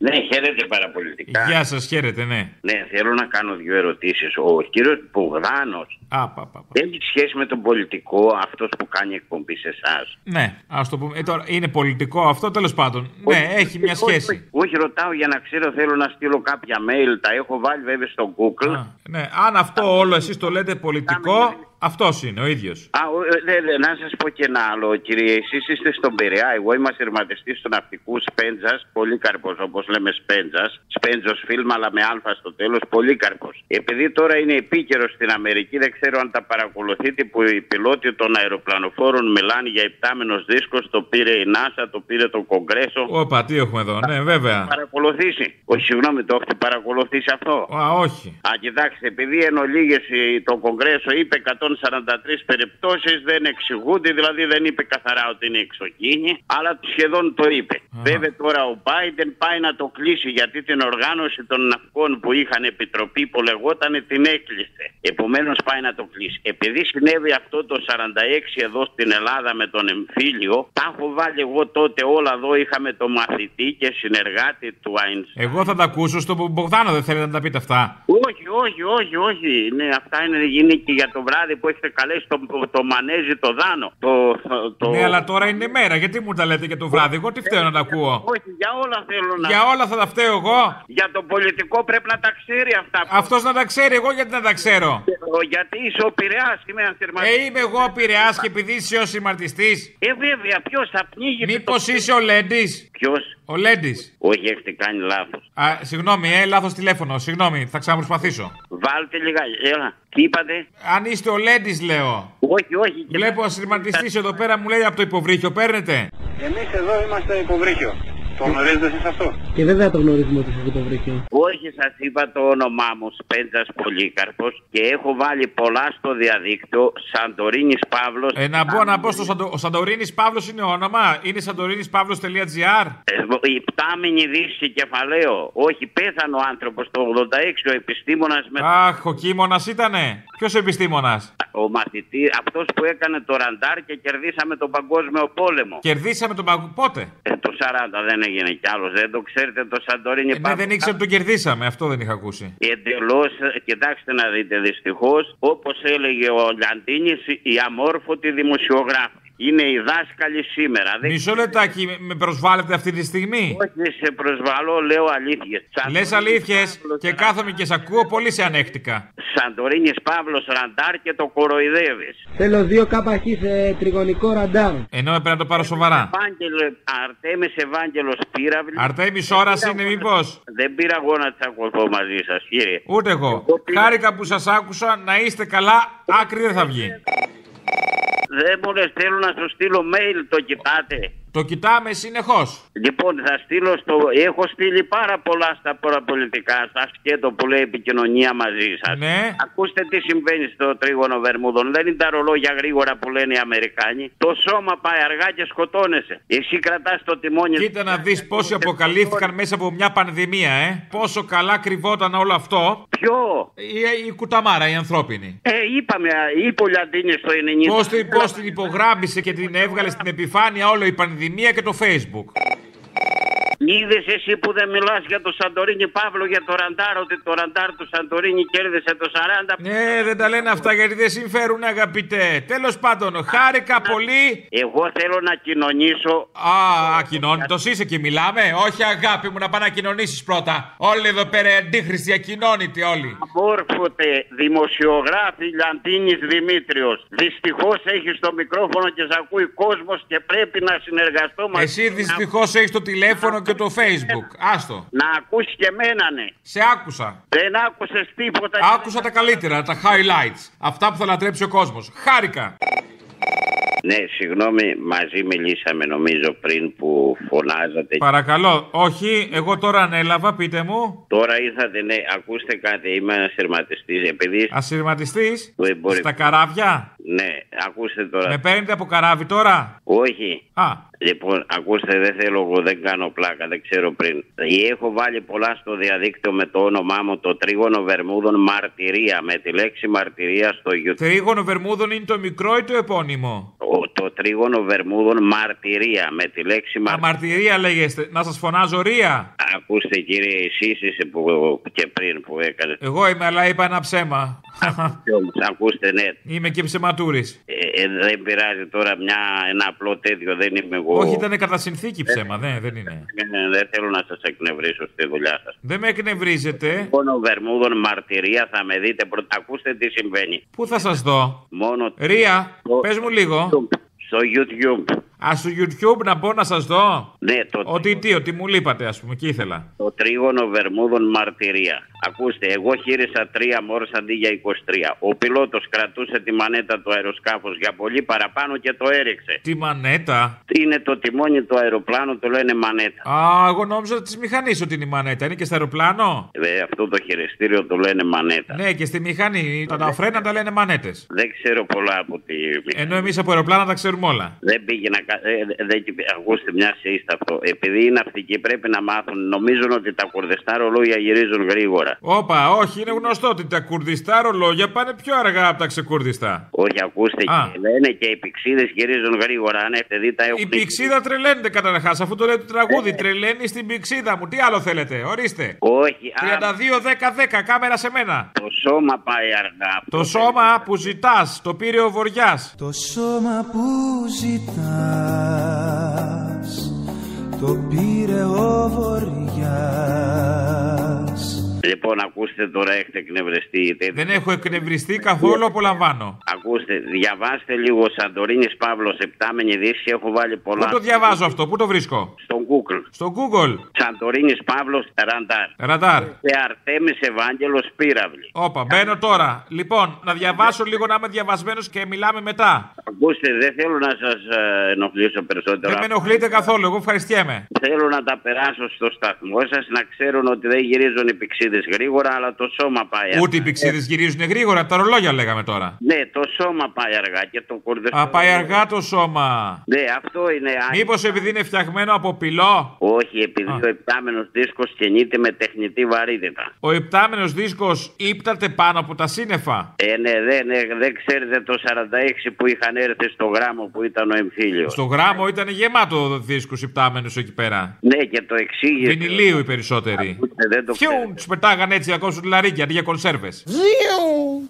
S23: Ναι, χαίρετε παραπολιτικά.
S3: Γεια σας, χαίρετε, ναι.
S23: Ναι, θέλω να κάνω δύο ερωτήσεις. Ο κύριος Μπογδάνος
S3: Α, πα, πα.
S23: έχει σχέση με τον πολιτικό, αυτός που κάνει εκπομπή σε εσάς.
S3: Ναι, ας το πούμε. Ε, τώρα, είναι πολιτικό αυτό, τέλος πάντων. Ναι, έχει μια σχέση.
S23: Όχι, ρωτάω για να ξέρω, θέλω να στείλω κάποια mail. Τα έχω βάλει βέβαια στο Google. Α,
S3: Ναι, αν αυτό όλο εσείς το λέτε πολιτικό, αυτός είναι ο ίδιος.
S23: ο, ε, δε, δε, να σας πω και ένα άλλο, κύριε. Εσείς είστε στον Πειραιά. Εγώ είμαι σειρματιστή του ναυτικού Σπέντζα. Πολύκαρπο, όπως λέμε Σπέντζας. Σπέντζος φιλμ, αλλά με αλφα στο τέλος. Πολύκαρπο. Επειδή τώρα είναι επίκαιρος στην Αμερική, δεν ξέρω αν τα παρακολουθείτε που οι πιλότοι των αεροπλανοφόρων μιλάνε για υπτάμενο δίσκος. Το πήρε η NASA, το πήρε το Κογκρέσο.
S3: Όπα, τι έχουμε εδώ, ναι, βέβαια.
S23: παρακολουθήσει. Όχι, συγγνώμη, το έχετε παρακολουθήσει αυτό.
S3: Α, όχι.
S23: Α, κοιτάξτε, επειδή εν ολίγες ε, το Κογκρέσο είπε 143 περιπτώσεις, δεν εξηγούνται, δηλαδή δεν είπε καθαρά ότι είναι εξωγήινη, αλλά σχεδόν το είπε. Βέβαια τώρα ο Biden πάει να το κλείσει γιατί την οργάνωση των ναυκών που είχαν επιτροπή που λεγόταν την έκλεισε. Επομένως πάει να το κλείσει. Επειδή συνέβη αυτό το 46 εδώ στην Ελλάδα με τον εμφύλιο, τα έχω βάλει εγώ τότε όλα εδώ, είχαμε το μαθητή και συνεργάτη του Einstein.
S3: Εγώ θα τα ακούσω στον Μπογδάνο, δεν θέλετε να τα πείτε αυτά.
S23: Όχι, όχι, όχι, όχι. Ναι, αυτά είναι γίνει και για το βράδυ που έχετε καλέσει το, το, το μανέζι το δάνο. Το, το, το-
S3: Ναι, αλλά τώρα είναι η μέρα. Γιατί μου τα λέτε και το βράδυ, εγώ τι φταίω να τα ακούω.
S23: Όχι, για όλα θέλω να.
S3: Για όλα θα τα φταίω εγώ.
S23: Για το πολιτικό πρέπει να τα ξέρει αυτά.
S3: Αυτός να τα ξέρει, εγώ γιατί να τα ξέρω.
S23: Ο- Γιατί είσαι ο Πειραιάς, είμαι ένα
S3: Ε, είμαι εγώ Πειραιάς και επειδή είσαι ο συμμαρτιστή.
S23: Ε, βέβαια, ποιος θα πνίγει.
S3: Μήπω είσαι ο Λέντης.
S23: Ποιος.
S3: Ο Λέντης.
S23: Όχι, έχετε κάνει λάθος.
S3: Α, συγγνώμη, ε, λάθος τηλέφωνο. Συγγνώμη, θα ξαναπροσπαθήσω.
S23: Βάλτε λίγα, έλα. Τι είπατε.
S3: Αν είστε ο Λέντης, λέω.
S23: Όχι, όχι.
S3: Βλέπω ο συμμαρτιστή εδώ πέρα μου λέει από το υποβρύχιο, παίρνετε.
S24: Εμείς εδώ είμαστε υποβρύχιο. Το γνωρίζετε εσείς αυτό.
S22: Και βέβαια το γνωρίζουμε ότι είσαι το βρήκε.
S23: Όχι, σας είπα το όνομά μου, Σπέντζας Πολύκαρπος, και έχω βάλει πολλά στο διαδίκτυο. Σαντορίνης Παύλος.
S3: Ε, να πω, να πω στο Σαντο... Ο Σαντορίνης Παύλος είναι όνομα. Είναι σαντορίνηπαύλο.gr.
S23: Ε, Η πτάμενη δύση κεφαλαίο. Όχι, πέθανε ο άνθρωπος το 86, ο επιστήμονας με.
S3: Αχ, ο κίμωνας ήτανε. Ποιος επιστήμονας.
S23: Ο μαθητή, αυτός που έκανε το ραντάρ και κερδίσαμε τον Παγκόσμιο Πόλεμο.
S3: Κερδίσαμε τον παγκο... Πότε.
S23: Ε, το 40 δεν έγινε κι άλλος. Δεν το ξέρετε το Σαντορίνη
S3: Ε, ναι, δεν ήξερα ότι τον κερδίσαμε. Αυτό δεν είχα ακούσει.
S23: Εντελώς, κοιτάξτε να δείτε, δυστυχώς, όπως έλεγε ο Λιαντίνης, η αμόρφωτη δημοσιογράφη. Είναι οι δάσκαλοι σήμερα. Δεν
S3: Μισό λεπτάκι, με- με προσβάλλετε αυτή τη στιγμή.
S23: Όχι, σε προσβαλώ, λέω αλήθειες.
S3: Λε αλήθειε και κάθομαι και σε ακούω πολύ σε ανέχτηκα.
S23: Σαντορίνη Παύλος Ραντάρ και το κοροϊδεύεις.
S22: Θέλω δύο κάπαχη σε τριγωνικό ραντάρ.
S3: Ενώ έπρεπε να το πάρω σοβαρά.
S23: Ευάγγελο, Αρτέμι Ευάγγελος Πύραυλης.
S3: Αρτέμι ώρα είναι μήπως.
S23: Δεν πήρα εγώ να τσακωθώ μαζί σας, κύριε.
S3: Ούτε εγώ. Χάρηκα που σας άκουσα να είστε καλά, άκρη δεν θα βγει.
S23: Δεν μου λε, θέλω να σου στείλω mail, το κοιτάτε.
S3: Το κοιτάμε συνεχώς.
S23: Λοιπόν, θα στείλω στο. Έχω στείλει πάρα πολλά στα παραπολιτικά, στα σκέτο που λέει επικοινωνία μαζί σας.
S3: Ναι.
S23: Ακούστε τι συμβαίνει στο τρίγωνο Βερμούδων. Δεν είναι τα ρολόγια γρήγορα που λένε οι Αμερικάνοι. Το σώμα πάει αργά και σκοτώνεσαι. Εσύ κρατάς το τιμόνι.
S3: Κοίτα να δεις πόσοι αποκαλύφθηκαν μέσα από μια πανδημία, ε. Πόσο καλά κρυβόταν όλο αυτό.
S23: Ποιο?
S3: Η, η κουταμάρα, η ανθρώπινη.
S23: Ε, είπαμε, η Πολιαντίνη στο 90.
S3: Πώς την, πώς την υπογράμμισε και την έβγαλε στην επιφάνεια όλο η πανδημία και το Facebook.
S23: Είδες εσύ που δεν μιλάς για το Σαντορίνη Παύλο, για το ραντάρ, ότι το ραντάρ του Σαντορίνη κέρδισε το 40.
S3: Ναι, δεν τα λένε αυτά γιατί δεν συμφέρουν, αγαπητέ. Τέλος πάντων, χάρηκα πολύ.
S23: Εγώ θέλω να κοινωνήσω.
S3: Α, ακοινώνητο είσαι και μιλάμε. Όχι, αγάπη μου, να πάνε να κοινωνήσεις πρώτα. Όλοι εδώ πέρα οι αντίχρηστοι, ακοινώνητοι όλοι.
S23: Αμόρφωτε δημοσιογράφη Λαντίνη Δημήτριος. Δυστυχώς έχει το μικρόφωνο και σε ακούει κόσμος και πρέπει να συνεργαστώ μαζί.
S3: Εσύ δυστυχώς έχεις το τηλέφωνο και το facebook. Άστο.
S23: Να ακούσει και εμένα, ναι.
S3: Σε άκουσα.
S23: Δεν άκουσε τίποτα.
S3: Άκουσα τα καλύτερα, τα highlights. Αυτά που θα λατρέψει ο κόσμος. Χάρηκα.
S23: Ναι, συγγνώμη, μαζί μιλήσαμε νομίζω πριν που φωνάζατε.
S3: Παρακαλώ, όχι, εγώ τώρα ανέλαβα, πείτε μου.
S23: Τώρα ήρθατε, ναι, ακούστε κάτι, είμαι ένα σειρματιστή. Επειδή.
S3: Ασυρματιστής.
S23: του εμπορικού-
S3: Στα καράβια.
S23: Ναι, ακούστε τώρα.
S3: Με παίρνετε από καράβι τώρα.
S23: Όχι.
S3: Α.
S23: Λοιπόν, ακούστε, δεν θέλω εγώ, δεν κάνω πλάκα, δεν ξέρω πριν. Έχω βάλει πολλά στο διαδίκτυο με το όνομά μου το τρίγωνο Βερμούδων Μαρτυρία, με τη λέξη μαρτυρία στο YouTube.
S3: Τρίγωνο Βερμούδων είναι το μικρό ή το επώνυμο.
S23: Ο- το τρίγωνο Βερμούδων Μαρτυρία, με τη λέξη μαρτυρία.
S3: Αμαρτυρία λέγεστε. Να σας φωνάζω ρία.
S23: Ακούστε κύριε, εσύ είσαι που, και πριν που έκανες.
S3: Εγώ είμαι, αλλά είπα ένα ψέμα.
S23: Ακούστε, ναι,
S3: είμαι και ψεματούρη.
S23: ε, ε, δεν πειράζει τώρα μια, ένα απλό τέτοιο, δεν είμαι εγώ.
S3: Όχι, ήταν κατά συνθήκη ψέμα, ναι, δεν είναι.
S23: Ε, δεν θέλω να σας εκνευρίσω στη δουλειά σας.
S3: Δεν με εκνευρίζετε.
S23: Μόνο Βερμούδων μαρτυρία θα με δείτε πρώτα. Ακούστε τι συμβαίνει.
S3: Πού θα σας δω.
S23: Μόνο
S3: Ρία, πες μου λίγο.
S23: στο YouTube.
S3: Α, στο YouTube να μπω να σας δω.
S23: Ναι, το,
S3: Ότι τι, ότι μου λείπατε, ας πούμε, και ήθελα.
S23: το τρίγωνο Βερμούδων μαρτυρία. Ακούστε, εγώ χείρισα τρία μόρς αντί για 23. Ο πιλότος κρατούσε τη μανέτα του αεροσκάφους για πολύ παραπάνω και το έριξε.
S3: Τη μανέτα.
S23: Είναι το τιμόνι του αεροπλάνου, το λένε μανέτα.
S3: Α, εγώ νόμιζα της μηχανής ότι είναι η μανέτα. Είναι και στο αεροπλάνο.
S23: Ε, αυτό το χειριστήριο το λένε μανέτα.
S3: Ναι, και στη μηχανή. Τα, τα φρένα τα λένε μανέτες.
S23: Δεν ξέρω πολλά από τη
S3: Ενώ εμείς από αεροπλάνα τα ξέρουμε όλα.
S23: Δεν πήγε να. κα- ε, ε, δεν... Ακούστε, μια σύστα αυτό. Επειδή οι ναυτικοί πρέπει να μάθουν, νομίζουν ότι τα κουρδιστά ρολόγια γυρίζουν γρήγορα.
S3: Όπα, όχι, είναι γνωστό ότι τα κουρδιστά ρολόγια πάνε πιο αργά από τα ξεκουρδιστά.
S23: Όχι, ακούστε,
S3: Α.
S23: και λένε και οι πηξίδες γυρίζουν γρήγορα. Αν έχετε δει, τα έχουν.
S3: Η πηξίδα τρελαίνεται καταρχάς, αφού το λέει το τραγούδι. Τρελαίνει στην πηξίδα μου. Τι άλλο θέλετε, ορίστε.
S23: Όχι,
S3: 32-10-10, κάμερα σε μένα.
S23: Το σώμα πάει αργά.
S3: Το σώμα που ζητάς, το πήρε ο Βοριάς.
S19: Το σώμα που ζητάς Το πήρε ο βοριάς
S23: Λοιπόν, ακούστε τώρα, έχετε εκνευριστεί.
S3: Δεν έχω εκνευριστεί καθόλου, απολαμβάνω.
S23: Ακούστε, διαβάστε λίγο Σαντορίνης Παύλος, Επτάμενη Δύση. Έχω βάλει πολλά.
S3: Πού το διαβάζω αυτό, πού το βρίσκω.
S23: Στον Google.
S3: Στο Google.
S23: Σαντορίνης Παύλος Ραντάρ.
S3: Ραντάρ.
S23: Και Αρτέμις Ευάγγελος Πύραυλης.
S3: Όπα, μπαίνω τώρα. Λοιπόν, να διαβάσω λίγο να είμαι διαβασμένος και μιλάμε μετά.
S23: Ακούστε, δεν θέλω να σας ενοχλήσω περισσότερο.
S3: Δεν με ενοχλείτε καθόλου, εγώ ευχαριστιέμαι.
S23: Θέλω να τα περάσω στο σταθμό σας, να ξέρουν ότι δεν γυρίζουν οι πηξίδες γρήγορα, αλλά το σώμα πάει αργά.
S3: Ούτε οι πηξίδες γυρίζουν γρήγορα, τα ρολόγια λέγαμε τώρα.
S23: Ναι, το σώμα πάει αργά και το κουρδιστό.
S3: Α, πάει αργά το σώμα.
S23: Ναι, αυτό είναι. α-
S3: Μήπως επειδή είναι φτιαγμένο από πυλό,
S23: Όχι, επειδή ο επτάμενος δίσκος κινείται με τεχνητή βαρύτητα.
S3: ο επτάμενος δίσκος ύπταται πάνω από τα σύννεφα.
S23: Ε, ναι, ναι, ναι, δεν ξέρετε το 46 που είχαν έρθει στο γράμμο που ήταν ο εμφύλιος.
S3: Στο γράμμο ήταν γεμάτο δίσκο ύπταμενο εκεί πέρα.
S23: Ναι, και το εξήγησε.
S3: Βινιλίου οι περισσότεροι.
S23: Ούτε Ε, Δεν το
S3: Φιούν, του πετάγανε έτσι να κόψουν λαρίκια αντί για κονσέρβες.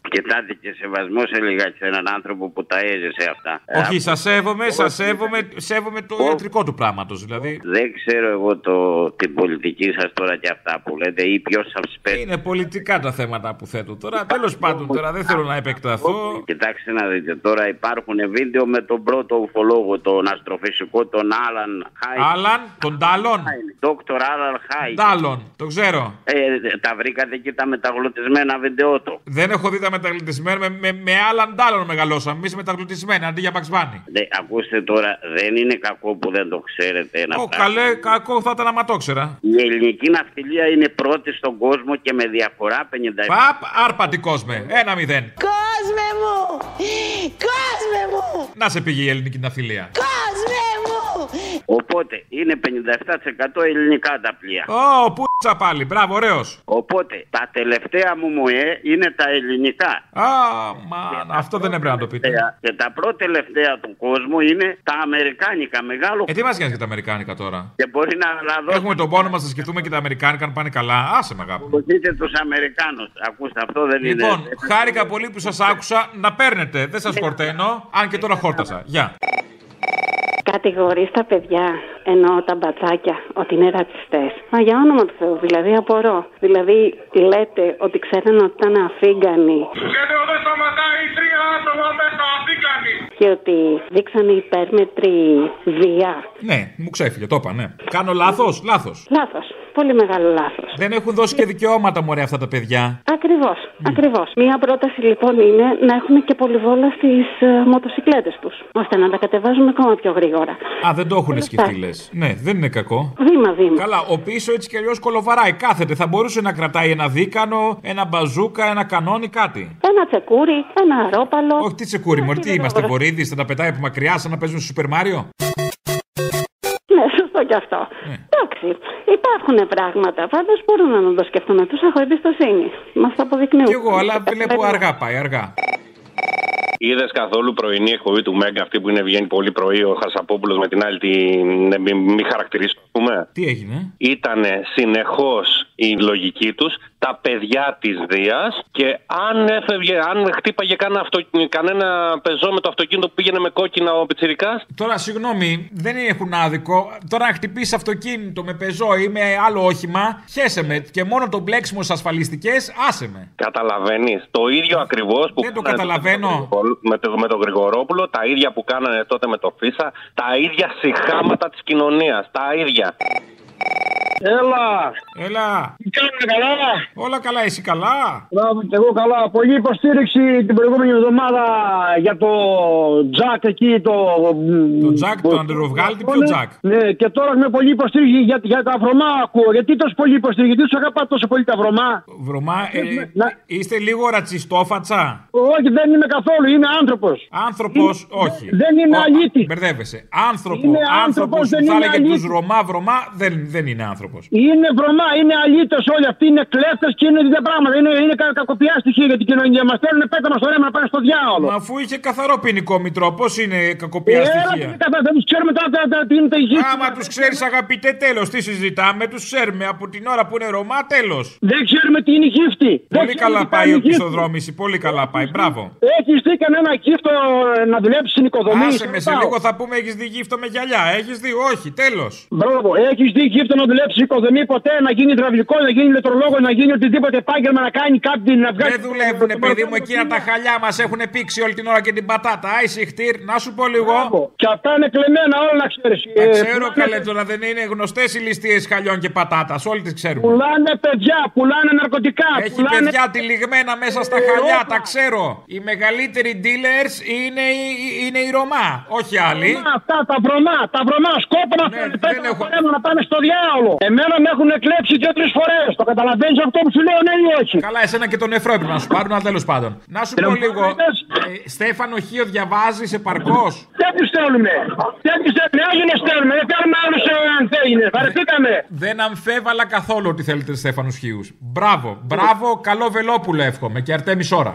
S23: Κοιτάτε και σεβασμός σε λιγάκι σε έναν άνθρωπο που τα έζησε αυτά.
S3: Όχι,
S23: Ε,
S3: σα σέβομαι, σας σέβομαι, σέβομαι το ιατρικό του πράγματος. Δηλαδή,
S23: Δεν ξέρω εγώ το, την πολιτική σας τώρα και αυτά που λέτε ή ποιος σας παίρνει.
S3: είναι πολιτικά τα θέματα που θέτω τώρα. Τέλος πάντων, τώρα δεν θέλω να επεκταθώ.
S23: Κοιτάξτε να δείτε, τώρα υπάρχουν βίντεο με τον πρώτο ουφολόγο, τον αστροφυσικό, τον Άλαν Χάι.
S3: Άλαν, τον Ντάλον.
S23: Δόκτωρ Άλαν Χάι.
S3: Ντάλον, το ξέρω.
S23: Ε, τα βρήκατε εκεί τα μεταγλωτισμένα βιντεό του.
S3: Δεν έχω δει τα μεταγλωτισμένα. Με, με, με άλλα ντάλλον μεγαλώσαμε. Εμείς μεταγλωτισμένα αντί για παξβάνι.
S23: Ναι, ακούστε τώρα, δεν είναι κακό που δεν το ξέρετε ένα
S3: Ω,
S23: πράγμα.
S3: καλέ, κακό θα ήταν άμα το ήξερα.
S23: Η ελληνική ναυτιλία είναι πρώτη στον κόσμο και με διαφορά 50.
S3: Παπ, άρπατη κόσμε. Ένα μηδέν.
S5: Κόσμε μου! Κόσμε μου!
S3: Να σε πήγε η ελληνική ναυτιλία.
S5: Κόσμε μου!
S23: Οπότε είναι 57% ελληνικά τα πλοία.
S3: Ω, πού πάλι. Μπράβο, ωραίος.
S23: Οπότε τα τελευταία μου μουέ είναι τα ελληνικά.
S3: Α, μα αυτό δεν έπρεπε να το πείτε.
S23: Και τα πρώτα τελευταία του κόσμου είναι τα αμερικάνικα. Μεγάλο.
S3: Ε, τι μας νοιάζει για τα Αμερικάνικα τώρα.
S23: Και μπορεί να λαδώσουν.
S3: Έχουμε τον πόνο μας να σκεφτούμε και τα Αμερικάνικα αν πάνε καλά. Άσε με αγάπη.
S23: Ακολουθείτε τους Αμερικάνους. Ακούστε, αυτό δεν
S3: Λοιπόν,
S23: είναι. Ναι.
S3: χάρηκα πολύ που σας άκουσα να παίρνετε. Δεν σας χορταίνω, αν και τώρα χόρτασα. Γεια.
S25: Κατηγορείς τα παιδιά, εννοώ τα μπατσάκια, ότι είναι ρατσιστές. Μα για όνομα του Θεού, δηλαδή απορώ. Δηλαδή λέτε ότι ξέραν ότι ήταν αφίγκανοι και ότι δείξαν υπέρμετρη βία.
S3: Ναι, μου ξέφυγε, το είπα, ναι. Κάνω λάθος, λάθος.
S25: Λάθος. Πολύ μεγάλο λάθος.
S3: Δεν έχουν δώσει και δικαιώματα μωρέ αυτά τα παιδιά.
S25: Ακριβώς, ακριβώς. Μία πρόταση λοιπόν είναι να έχουν και πολυβόλα στις ε, μοτοσυκλέτες τους, ώστε να τα κατεβάζουν ακόμα πιο γρήγορα.
S3: Α, δεν το έχουν σκεφτεί, λες. Ναι, δεν είναι κακό.
S25: Βήμα, βήμα.
S3: Καλά, ο πίσω έτσι κι αλλιώς κολοβαράει. Κάθεται. Θα μπορούσε να κρατάει ένα δίκανο, ένα μπαζούκα, ένα κανόνι, κάτι.
S25: Ένα τσεκούρι, ένα αρόπαλο.
S3: Όχι, τι τσεκούρι, μωρή, τι είμαστε,
S25: βέβαια.
S3: Βορύδη, θα τα πετάει από μακριά σαν να παίζουν στο Σούπερ Μάριο.
S25: Ναι, σωστό κι αυτό. Εντάξει, υπάρχουν πράγματα. Πάντως μπορούμε να το σκεφτούμε. Τους έχω εμπιστοσύνη. Μας το αποδεικνύουν.
S3: Κι εγώ, αλλά βλέπω αργά πάει, αργά.
S26: Είδες καθόλου πρωινή εκπομπή του Μέγκα, αυτή που είναι βγαίνει πολύ πρωί, ο Χασαπόπουλος με την άλλη, την, ε, μη, μη χαρακτηρίσω, ας πούμε.
S3: Τι έγινε.
S26: Ήτανε συνεχώς η λογική τους, τα παιδιά της Δίας και αν έφευγε, αν χτύπαγε κανένα, αυτο- κανένα πεζό με το αυτοκίνητο που πήγαινε με κόκκινα ο Πιτσυρικά.
S3: Τώρα, συγγνώμη, δεν έχουν άδικο. Τώρα, να χτυπήσεις αυτοκίνητο με πεζό ή με άλλο όχημα, χέσε με. Και μόνο το μπλέξιμο στις ασφαλιστικές, άσε με.
S26: Καταλαβαίνεις. Το ίδιο ακριβώς που.
S3: Δεν το
S26: κάνανε
S3: καταλαβαίνω.
S26: Με το, με τον Γρηγορόπουλο, τα ίδια που κάνανε τότε με το Φίσα, τα ίδια συχάματα της κοινωνίας. Τα ίδια.
S2: Έλα!
S3: Έλα!
S2: Τι κάνουμε καλά!
S3: Όλα καλά, εσύ καλά!
S2: Μπράβο, και εγώ καλά. Πολύ υποστήριξη την προηγούμενη εβδομάδα για το Τζακ εκεί. Το, το
S3: Τζακ, τον Αντεροβγάλτη, ποιο Τζακ?
S2: Ναι, και τώρα με πολύ υποστήριξη για, για τα βρωμά ακούω. Γιατί τόσο πολύ υποστήριξη, γιατί τους αγαπά τόσο πολύ τα βρωμά.
S3: Βρωμά,
S2: Ναι,
S3: ε, είστε λίγο ρατσιστόφατσα.
S2: Όχι, δεν είμαι καθόλου, είμαι άνθρωπος.
S3: Άνθρωπος, όχι.
S2: Δεν είμαι αλήτη.
S3: Μπερδεύεσαι. Άνθρωπο,
S2: Είναι
S3: άνθρωπος
S2: άνθρωπος,
S3: που
S2: δεν
S3: θα
S2: είναι
S3: έλεγε
S2: αλήτης.
S3: του Ρωμά, Βρωμά, δεν, δεν είναι άνθρωπος.
S2: Είναι βρωμά, είναι αλήτε όλοι αυτοί, είναι κλέφτες και είναι τέτοια πράγματα. Είναι, είναι κα- κακοποιά στοιχεία για την κοινωνία μας. Θέλουν πέτα μας το ρέμα να πάνε στο διάολο. Ε,
S3: Μα αφού είχε καθαρό ποινικό μητρό, πώς είναι κακοποιά στοιχεία.
S2: Δεν τους ξέρουμε τα, τα, τα, τι είναι τα υγεία.
S3: Άμα τους ξέρεις, αγαπητέ, τέλος. Τι συζητάμε, τους ξέρουμε από την ώρα που είναι Ρωμά, τέλος.
S2: Δεν ξέρουμε τι είναι η γύφτη. Δεν
S3: Πολύ
S2: ξέρουμε
S3: καλά
S2: τι κάνει
S3: πάει
S2: η
S3: ο
S2: γύφτη.
S3: πισωδρόμηση, πολύ καλά πάει. Μπράβο.
S2: Έχεις δει κανένα γύφτο ε, να δουλέψεις στην οικοδομή.
S3: Άσε με σε
S2: Ρωτάω.
S3: λίγο θα πούμε έχεις δει γύφτο με γυαλιά. Έχεις δει, όχι, τέλος.
S2: Μπράβο, έχεις δει γύφτο να δουλέψει στην οικοδομή ποτέ, να γίνει υδραυλικό, να γίνει ηλεκτρολόγο, να γίνει οτιδήποτε επάγγελμα, να κάνει κάτι, να βγάλει.
S3: Δεν δουλεύουνε, παιδί μου, εκείνα τα χαλιά μας έχουν πήξει όλη την ώρα και την πατάτα. Άισι χτύρ, να σου πω λίγο.
S2: Και αυτά είναι κλεμμένα όλα να ξέρεις.
S18: Ε,
S3: Τα ξέρω καλέ τώρα, δεν είναι γνωστές οι ληστείες χαλιών και πατάτας. Όλοι τις ξέρουμε.
S2: Πουλάνε παιδιά, πουλάνε ναρκωτικά.
S3: Έχει
S2: πουλάνε...
S3: παιδιά τυλιγμένα μέσα στα
S2: Ε,
S3: χαλιά,
S2: όπλα.
S3: τα ξέρω. Οι μεγαλύτεροι dealers είναι οι, είναι οι Ρωμά, όχι άλλοι.
S2: Βρωμά, Αυτά τα βρωμά, τα βρωμά, σκόπο να φέρουν πέτρα να χορεύουν, να πάνε στο διάολο. Εμένα με έχουν εκλέψει δύο-τρει φορές. Το καταλαβαίνεις αυτό που σου λέω, ναι ή όχι.
S3: Καλά, εσένα και τον νεφρό έπρεπε
S2: Ε,
S3: να σου πάρουν, αλλά τέλος πάντων. Να σου πω λίγο. Ε, Στέφανο Χίο, διαβάζεις σε παρκώ.
S2: Τέτοιου θέλουμε. Τέτοιου θέλουμε. Έγινε θέλουμε. Δεν θέλουμε άλλου ανθέγινε. Βαρεθήκαμε.
S3: Δεν αμφέβαλα καθόλου ότι θέλετε Στέφανους Χίους. Μπράβο, μπράβο, καλό Βελόπουλο εύχομαι και Αρτέμις ώρα.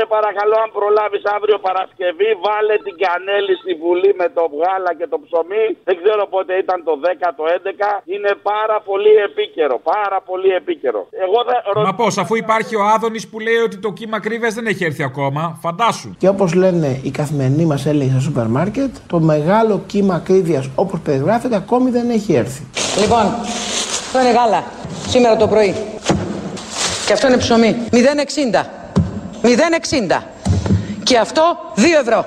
S16: Σε παρακαλώ, αν προλάβεις αύριο Παρασκευή, βάλε την κανέλη στη Βουλή με το βγάλα και το ψωμί. Δεν ξέρω πότε ήταν το 10, το 11. Είναι πάρα πολύ επίκαιρο. Πάρα πολύ επίκαιρο. Εγώ δεν
S3: Μα πώς, αφού υπάρχει ο Άδωνης που λέει ότι το κύμα κρύβες δεν έχει έρθει ακόμα, φαντάσου.
S11: Και όπως λένε οι καθημερινοί μας έλεγχοι στα σούπερ μάρκετ, το μεγάλο κύμα ακρίβειας όπως περιγράφεται ακόμη δεν έχει έρθει.
S27: Λοιπόν, αυτό είναι γάλα. Σήμερα το πρωί.
S28: Και αυτό είναι ψωμί. 0,60. 0,60. Και αυτό 2 ευρώ.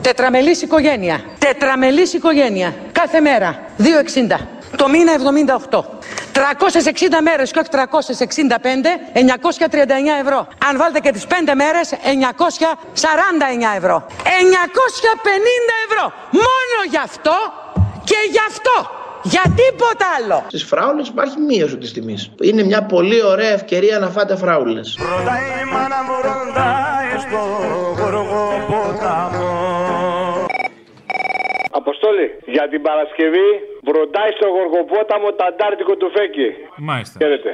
S28: Τετραμελής οικογένεια. Τετραμελής οικογένεια. Κάθε μέρα. 2,60. Το μήνα 78. 360 μέρες και όχι 365, 939 ευρώ. Αν βάλετε και τις 5 μέρες, 949 ευρώ. 950 ευρώ. Μόνο γι' αυτό και γι' αυτό. Για τίποτα άλλο.
S11: Στις φράουλες υπάρχει μείωση της τιμής. Είναι μια πολύ ωραία ευκαιρία να φάτε φράουλες.
S19: Ρωτάει η μάνα μου ρωτάει στο γοργό ποταμό
S21: Αποστόλη, για την Παρασκευή βροντάει στο γοργοπόταμο τα αντάρτικο του φέκι.
S3: Μάλιστα.
S21: Χαίρετε.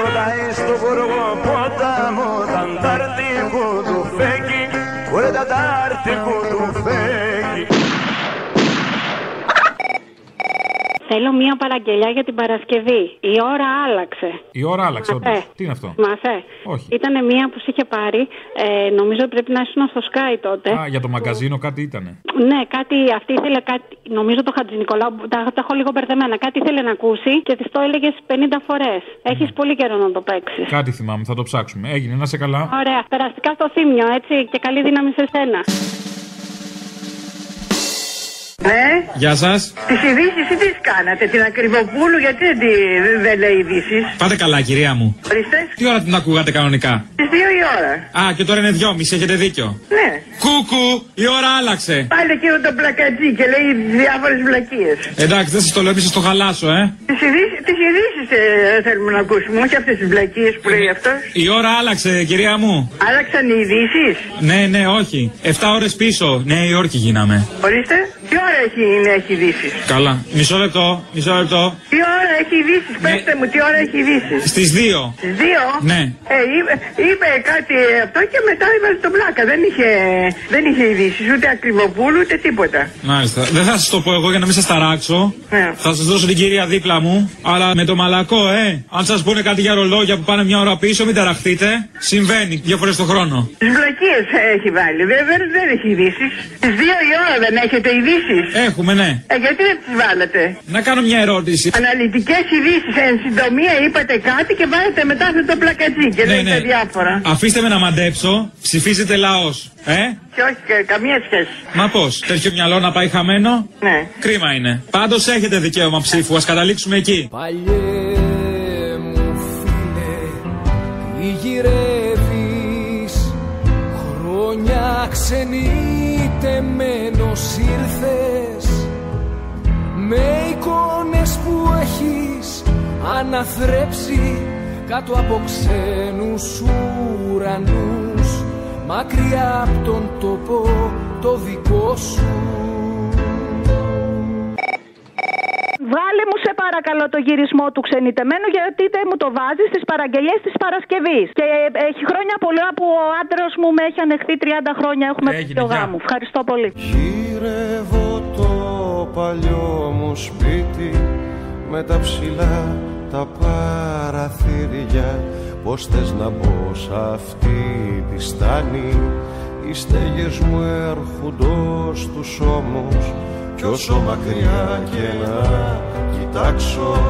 S19: Ρωτάει στο γοργό ποταμό τα αντάρτικο του φέκι Ωραία τα αντάρτικο του φέκι
S25: Θέλω μία παραγγελιά για την Παρασκευή. Η ώρα άλλαξε.
S3: Η ώρα άλλαξε, όντως.
S25: Ε.
S3: Τι είναι αυτό.
S25: Μάθε.
S3: Όχι.
S25: Ήταν μία που σε είχε πάρει. Ε, νομίζω πρέπει να ήσουν στο Sky τότε.
S3: Α, για το μαγκαζίνο κάτι ήτανε.
S25: Ναι, κάτι, αυτή ήθελε κάτι. Νομίζω το Χατζη Νικολάου, τα, τα έχω λίγο μπερδεμένα. Κάτι ήθελε να ακούσει και της το έλεγες 50 φορέ.
S3: Ναι.
S25: Έχει πολύ καιρό να το παίξεις.
S3: Κάτι θυμάμαι, θα το ψάξουμε. Έγινε, να σε καλά.
S25: Ωραία, περαστικά στο θύμιο, έτσι. Και καλή δύναμη σε σένα.
S29: Ναι,
S3: Γεια σας.
S29: τις ειδήσεις ή τις κάνατε, την Ακριβοπούλου, γιατί δεν, τη- δεν- δεν λέει ειδήσεις.
S30: Πάτε καλά, κυρία μου.
S29: Ορίστε,
S30: Τι ώρα την ακούγατε κανονικά.
S29: στι 2 η ώρα.
S30: Α, και τώρα είναι δυόμιση, έχετε δίκιο.
S29: Ναι.
S30: Κούκου, η ώρα άλλαξε.
S29: Πάλι εκείνο το πλακατζί και λέει διάφορες βλακίες.
S30: Εντάξει, δεν σας το λέω, μη σας το χαλάσω, ε.
S29: Τις ειδήσεις ε, θέλουμε να ακούσουμε, όχι αυτές τις βλακίες που λέει αυτός.
S30: Η ώρα άλλαξε, κυρία μου.
S29: Άλλαξαν οι ειδήσεις.
S30: Ναι, ναι, όχι. 7 ώρες πίσω. Νέα Υόρκη γίναμε.
S29: Ορίστε, τι ώρα έχει, είναι, έχει ειδήσει.
S30: Καλά. Μισό λεπτό, μισό λεπτό.
S29: Τι ώρα έχει ειδήσει, πετε μου, τι ώρα έχει ειδήσει.
S30: Στι 2.
S29: Ναι. Στις δύο.
S30: Ναι.
S29: Ε, είπε, είπε κάτι αυτό και μετά έβαλε τον πλάκα. Δεν είχε, δεν είχε ειδήσεις ούτε ακριβοπούλου ούτε τίποτα.
S30: Μάλιστα. Δεν θα σας το πω εγώ για να μην σας ταράξω.
S29: Ναι.
S30: Θα σας δώσω την κυρία δίπλα μου. Αλλά με το μαλακό, ε. Αν σας πούνε κάτι για ρολόγια που πάνε μια ώρα πίσω, μην ταραχτείτε. Συμβαίνει δύο φορές το χρόνο.
S29: Τις βλακίε έχει βάλει. Δεν, δεν, δεν έχει ειδήσεις. Τι δύο η ώρα δεν έχετε ειδήσεις.
S30: Έχουμε, ναι.
S29: Ε, γιατί δεν τις βάλατε.
S30: Να κάνω μια ερώτηση.
S29: Αναλυτικές ειδήσεις, εν συντομία είπατε κάτι και βάλετε μετά αυτό το πλακατζί και
S30: Ναι,
S29: λέτε
S30: ναι.
S29: διάφορα.
S30: Αφήστε με να μαντέψω. Ψηφίζεται λαός. Ε.
S29: Και όχι, και καμία σχέση.
S30: Μα πώς, τέτοιο μυαλό να πάει χαμένο.
S29: Ναι.
S30: Κρίμα είναι. Πάντως έχετε δικαίωμα ψήφου, ας καταλήξουμε εκεί.
S20: Παλιέ μου φίλε, τι γυρεύεις Χρόνια ξενιτεμένος ήρθες Με εικόνες που έχεις αναθρέψει Κάτω από ξένους ουρανούς Μακριά από τον τόπο το δικό σου
S30: Βάλε μου σε παρακαλώ το γυρισμό του ξενιτεμένου γιατί δεν μου το βάζει στις παραγγελίες της Παρασκευής. Και ε, έχει χρόνια πολλά που ο άντρας μου με έχει ανεχθεί 30 χρόνια. Έχουμε
S19: Έγινε,
S30: το
S19: γεια.
S30: γάμο. Ευχαριστώ πολύ.
S19: Γυρεύω το παλιό μου σπίτι με τα ψηλά τα παραθύρια πως θες να μπω σ' αυτή τη στάνη οι στέγες μου έρχονται στους ώμους κι όσο μακριά και να κοιτάξω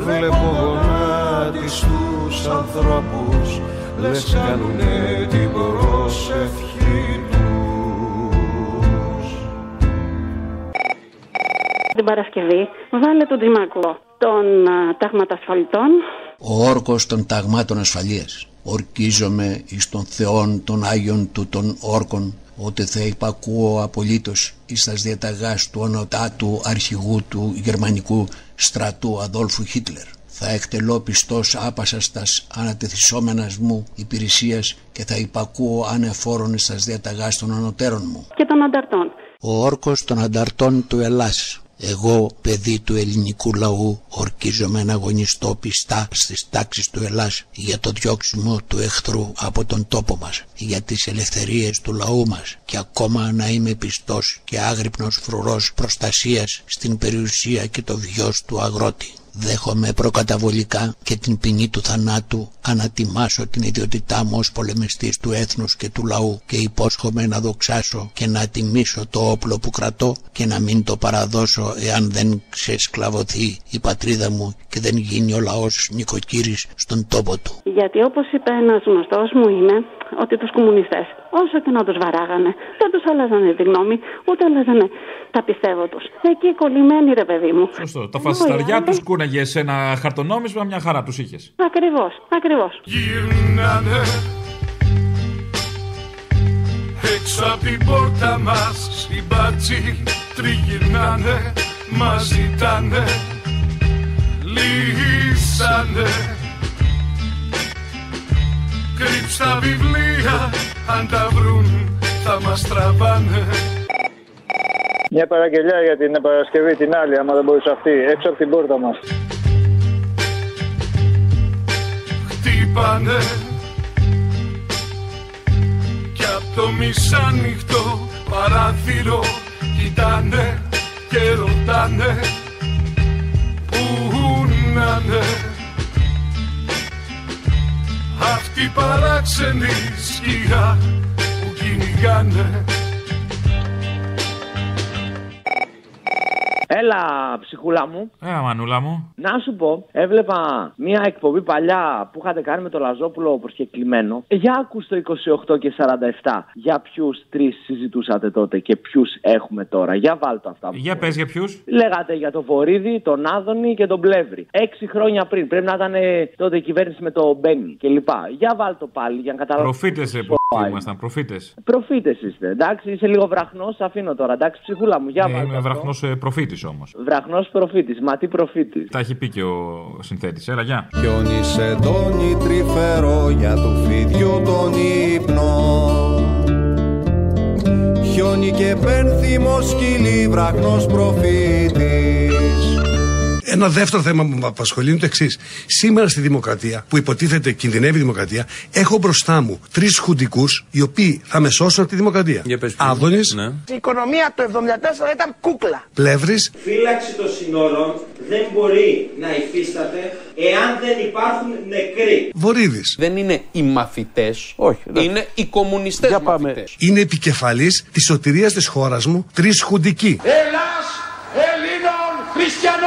S19: βλέπω γονάτις τους ανθρώπους λες κάνουνε την προσευχή τους
S25: Την Παρασκευή βάλε τον Τζιμάκο των α, τάγματα ασφαλτών.
S6: ο όρκος των ταγμάτων ασφαλείας. Ορκίζομαι εις των Θεών των Άγιων του των όρκων, ότι θα υπακούω απολύτως εις τας διαταγάς του ονοτάτου αρχηγού του γερμανικού στρατού Αδόλφου Χίτλερ. Θα εκτελώ πιστός άπασας τας ανατεθισόμενας μου υπηρεσίας και θα υπακούω ανεφόρον εις τας διαταγάς των ανωτέρων μου
S25: και των ανταρτών.
S6: ο όρκος των ανταρτών του Ελλάς. Εγώ, παιδί του ελληνικού λαού, ορκίζομαι να αγωνιστώ πιστά στις τάξεις του Ελλάς για το διώξιμο του εχθρού από τον τόπο μας, για τις ελευθερίες του λαού μας και ακόμα να είμαι πιστός και άγρυπνος φρουρός προστασίας στην περιουσία και το βιός του αγρότη. Δέχομαι προκαταβολικά και την ποινή του θανάτου ανατιμάσω την ιδιότητά μου ως πολεμιστής του έθνους και του λαού και υπόσχομαι να δοξάσω και να τιμήσω το όπλο που κρατώ και να μην το παραδώσω εάν δεν ξεσκλαβωθεί η πατρίδα μου και δεν γίνει ο λαός νοικοκύρης στον τόπο του.
S25: Γιατί όπως είπε ένας γνωστός μου είναι ότι τους κομμουνιστές, όσο και να τους βαράγανε, δεν τους άλλαζανε τη γνώμη, ούτε άλλαζανε τα πιστεύω τους. Εκεί κολλημένοι, ρε παιδί μου.
S3: Σωστό. Τα φασισταριά του κούναγε σε ένα χαρτονόμισμα, μια χαρά τους είχες.
S25: Ακριβώς, ακριβώς.
S10: γυρνάνε Έξω από την πόρτα μας οι μπάτσοι τριγυρνάνε Μας ζητάνε, λύσανε Κρύψ' τα βιβλία, αν τα βρουν θα μας τραβάνε
S31: Μια παραγγελιά για την Παρασκευή την άλλη, άμα δεν μπορούσε αυτή, έξω από την πόρτα μας.
S10: χτύπανε Κι απ' το μισάνυχτο παράθυρο κοιτάνε και ρωτάνε Πού να'ναι Αυτή η παράξενη σκιά που κυνηγάνε
S12: Έλα, ψυχούλα μου.
S3: Ε, μανούλα μου.
S12: Να σου πω, έβλεπα μια εκπομπή παλιά που είχατε κάνει με τον Λαζόπουλο προσκεκλημένο. Για άκου το 28 και 47. Για ποιους τρεις συζητούσατε τότε και ποιους έχουμε τώρα. Για βάλτε αυτά.
S3: Για πες για ποιους.
S12: Λέγατε για τον Βορύδη, τον Άδωνη και τον Πλεύρη. Έξι χρόνια πριν. Πρέπει να ήταν ε, τότε η κυβέρνηση με τον Μπένι κλπ. Για βάλτε το πάλι για να καταλάβω.
S3: Προφήτες, ρε που ήμασταν, προφήτες.
S12: Προφήτες είστε, εντάξει. Είσαι λίγο βραχνός, αφήνω τώρα. Εντάξει, ψυχούλα μου, για
S3: Ε,
S12: βάλτε.
S3: είμαι
S12: αυτό.
S3: βραχνός προφήτης όμως.
S12: Βραχνός προφήτης. Μα τι προφήτης.
S3: Τα έχει πει και ο συνθέτης. Έλα, γεια.
S19: Χιόνι σε τόνι τρυφερό για του φιδιού τον ύπνο Χιόνι και πένθυμος σκυλί βραχνός προφήτης
S14: Ένα δεύτερο θέμα που με απασχολεί είναι το εξής. Σήμερα στη δημοκρατία, που υποτίθεται κινδυνεύει η δημοκρατία, έχω μπροστά μου τρεις χουντικούς οι οποίοι θα με σώσουν από τη δημοκρατία. Άδωνης, ναι.
S5: Η οικονομία του 74 ήταν κούκλα.
S14: Πλεύρης,
S15: Φύλαξη των συνόρων δεν μπορεί να υφίσταται εάν δεν υπάρχουν νεκροί.
S14: Βορύδης.
S27: Δεν είναι οι μαθητές. Όχι. Είναι οι κομμουνιστές μαθητές.
S14: είναι επικεφαλής της σωτηρίας της χώρας μου τρεις χουντικοί.
S27: Ελλάς Ελλήνων χριστιανών.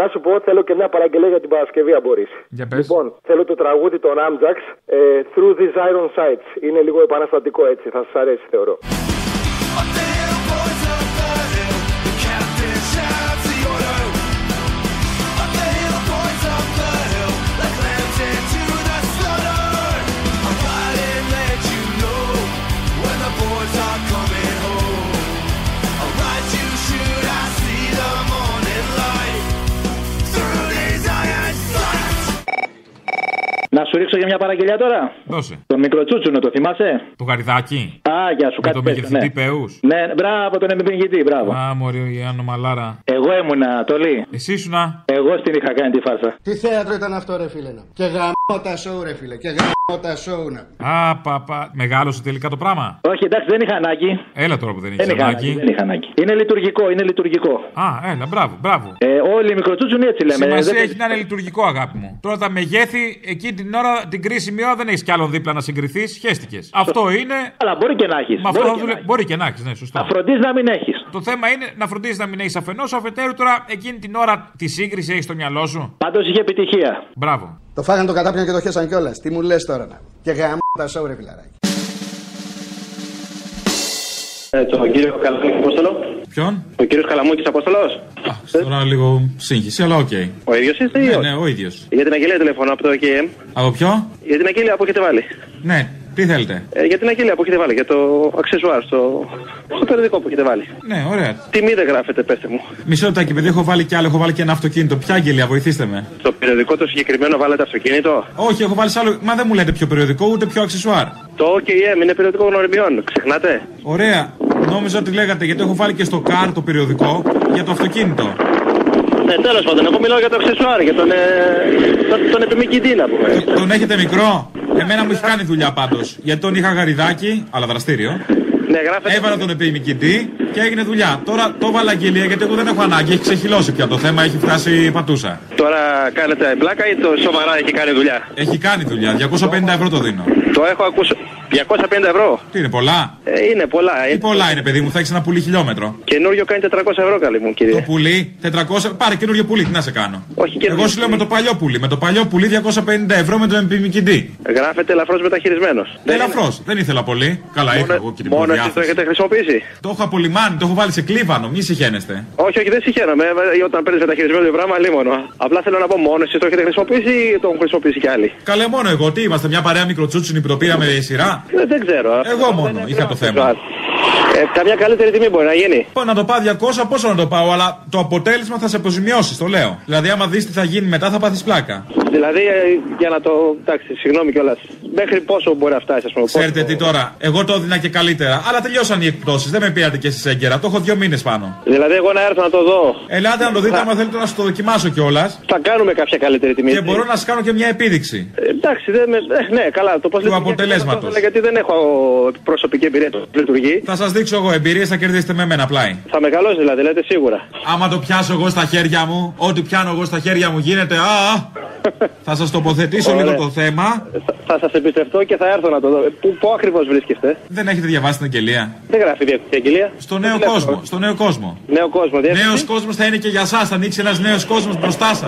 S8: Να σου πω, θέλω και μια παραγγελία για την Παρασκευή, αν μπορείς.
S3: Για πες.
S8: Λοιπόν, θέλω το τραγούδι των Amjax ε, Through these iron sights. Είναι λίγο επαναστατικό έτσι, θα σας αρέσει θεωρώ.
S31: Να σου ρίξω για μια παραγγελιά τώρα.
S3: Δώσε.
S31: Τον μικροτσούτσουνο, το θυμάσαι.
S3: Το γαριδάκι.
S31: Α, γεια σου,
S3: Με
S31: κάτι
S3: τον
S31: τέτοιο.
S3: μεγεθυντή
S31: Ναι.
S3: Πεού.
S31: ναι, μπράβο, τον εμπειρηγητή, μπράβο.
S3: Α, μωρή, η Άννα Μαλάρα.
S31: Εγώ ήμουνα, Τολί.
S3: Εσύ ήσουνα.
S31: Εγώ στην είχα κάνει τη φάρσα.
S32: Τι θέατρο ήταν αυτό ρε φίλε να. Και γαμώ τα σόου ρε φίλε. Και γαμώ τα σόου να.
S3: Α, πα, πα. Μεγάλωσε τελικά το πράγμα.
S31: Όχι, εντάξει, δεν είχα ανάγκη.
S3: Έλα τώρα που δεν
S31: Δεν
S3: είχε
S31: είχα ανάγκη.
S3: ανάγκη.
S31: Δεν είχα ανάγκη. Είναι λειτουργικό, είναι λειτουργικό.
S3: Α, έλα, μπράβο, μπράβο.
S31: Ε, όλοι οι μικροτσούτσουνοι έτσι λέμε.
S3: Σημασία
S31: Δεν-
S3: έχει να είναι λειτουργικό, αγάπη μου. Τώρα τα μεγέθη, εκεί την ώρα, την κρίσιμη ώρα δεν έχεις κι άλλον δίπλα να συγκριθείς. Χαίστηκες. Αυτό είναι.
S31: Αλλά μπορεί και να έχεις.
S3: Με αυτό
S31: Μπορεί
S3: θα
S31: και
S3: δουλε-
S31: να έχεις.
S3: Μπορεί και να έχεις, ναι, σωστό.
S31: Να φροντίζεις να μην έχεις.
S3: Το θέμα είναι να φροντίζεις να μην έχεις αφενός, αφετέρου τώρα εκείνη την ώρα τη σύγκριση έχεις στο μυαλό σου.
S31: Πάντως είχε επιτυχία.
S3: Μπράβο.
S32: Το φάγανε το κατάπιον και το χέσαν κιόλας. Τι μου λες τώρα να. Και γαμώ τα σόου ρε φιλαράκι.
S7: Ε, τον κύριο Καλαμούκη Απόστολο.
S3: Ποιον?
S7: Ο κύριος Καλαμούκης Απόστολος.
S3: Τώρα λίγο σύγχυση, αλλά οκ.
S7: Ο ίδιος είστε ή
S3: Ναι,
S7: όχι?
S3: ναι, ο ίδιος.
S7: Για την αγγελία τηλεφωνώ από το OKM.
S3: Από ποιο?
S7: Για την αγγελία που έχετε βάλει.
S3: Ναι, τι θέλετε.
S7: Ε, για την αγγελία που έχετε βάλει. Για το αξεσουάρ στο, στο περιοδικό που έχετε βάλει.
S3: Ναι, ωραία.
S7: Τιμή δεν γράφετε, πετε μου.
S3: Μισό λεπτάκι, επειδή έχω βάλει κι άλλο, έχω βάλει και ένα αυτοκίνητο. Ποια αγγελία, βοηθήστε με.
S7: Στο περιοδικό το συγκεκριμένο βάλετε αυτοκίνητο.
S3: Όχι, έχω βάλει σ' άλλο. Μα δεν μου λέτε πιο περιοδικό, ούτε πιο αξεσουάρ.
S7: Το OKM είναι περιοδικό γνωριμιών. Ξεχνάτε.
S3: Ωραία. Νόμιζα ότι λέγατε γιατί έχω βάλει και στο καρ το περιοδικό για το αυτοκίνητο.
S7: Ναι, τέλος πάντων, εγώ μιλάω για το αξεσουάρ, για τον, ε, τον, τον επιμηκητή να πούμε.
S3: Τον έχετε μικρό. Εμένα μου έχει κάνει δουλειά πάντως. Γιατί τον είχα γαριδάκι, αλλά δραστήριο.
S7: Ναι, γράφετε.
S3: Έβαλα τον επιμηκητή και έγινε δουλειά. Τώρα το βάλα αγγελία γιατί εγώ δεν έχω ανάγκη. Έχει ξεχυλώσει πια το θέμα, έχει φτάσει πατούσα.
S7: Τώρα κάνετε πλάκα ή το σοβαρά έχει κάνει δουλειά.
S3: Έχει κάνει δουλειά. 250 ευρώ το δίνω.
S7: Το έχω ακούσει. 250 ευρώ.
S3: Τι είναι πολλά.
S7: Ε, είναι πολλά.
S3: Τι πολλά είναι, παιδί μου, θα έχεις ένα πουλί χιλιόμετρο.
S7: Καινούριο κάνει 400 ευρώ, καλή μου κύριε.
S3: Το πουλί, 400. Πάρε καινούριο πουλί, τι να σε κάνω.
S7: Όχι, και
S3: Εγώ σου λέω με το παλιό πουλί. Με το παλιό πουλί 250 ευρώ με τον επιμηκητή.
S7: Γράφεται ελαφρώς μεταχειρισμένος.
S3: Ελαφρώς. Δεν ήθελα πολύ. Καλά είχα εγώ και την
S7: Ναι, Μόνο
S3: πολλή
S7: εσεί το
S3: διάθεση.
S7: έχετε χρησιμοποιήσει.
S3: Το έχω απολυμάνει, το έχω βάλει σε κλίβανο. Μη συχαίνεστε.
S7: Όχι, όχι, δεν συγχαίρομαι. ε, Όταν παίρνεις μεταχειρισμένο το πράγμα, λίμωνο. Απλά θέλω να πω μόνος εσεί το έχετε χρησιμοποιήσει ή το έχουν χρησιμοποιήσει κι άλλοι.
S3: Καλέ μόνο εγώ, τι είμαστε, μια παρέα μικροτσούτσινη που το πήραμε σειρά.
S7: Δεν, Ναι, δεν ξέρω.
S3: Εγώ μόνο είχα το θέμα.
S7: Ε, καμιά καλύτερη τιμή μπορεί να γίνει.
S3: Πω, να το πάω 200, πόσο να το πάω, αλλά το αποτέλεσμα θα σε αποζημιώσεις, το λέω. Δηλαδή, άμα δεις τι θα γίνει μετά, θα πάθεις πλάκα.
S7: Δηλαδή, ε, για να το. Εντάξει, συγγνώμη κιόλας. Μέχρι πόσο μπορεί να φτάσει, ας πούμε. πόσο-
S3: Ξέρετε τι τώρα, εγώ το έδινα και καλύτερα. Αλλά τελειώσαν οι εκπτώσεις, δεν με πήρατε και εσείς έγκαιρα. Το έχω δύο μήνες πάνω.
S7: Δηλαδή, εγώ να έρθω να το δω.
S3: Ελάτε να το δείτε, άμα θέλετε να σου το δοκιμάσω κιόλας.
S7: Θα κάνουμε κάποια καλύτερη τιμή.
S3: Και μπορώ να σας κάνω και μια επίδειξη.
S7: Ε, Εντάξει, δεν με... ε, ναι, καλά. Το πώς
S3: Του αποτελέσματο.
S7: Γιατί δεν έχω προσωπική εμπειρία που λειτουργεί.
S3: Θα σας δείξω εγώ εμπειρίες, θα κερδίσετε με εμένα πλάι.
S7: Θα μεγαλώσει δηλαδή, λέτε σίγουρα.
S3: Άμα το πιάσω εγώ στα χέρια μου, ό,τι πιάνω εγώ στα χέρια μου γίνεται. Α! θα σας τοποθετήσω λίγο
S7: Ωραία.
S3: το θέμα.
S7: Θα σα εμπιστευτώ και θα έρθω να το δω. Ε, Πού, πού ακριβώς βρίσκεστε,
S3: Δεν έχετε διαβάσει την αγγελία.
S7: Δεν γράφει διεύθυνση αγγελία.
S3: Στο νέο κόσμο. Στο νέο κόσμο.
S7: Νέο κόσμο, διεύθυνση.
S3: Νέος κόσμος θα είναι και για εσά. Θα ανοίξει ένας νέος κόσμος μπροστά σας.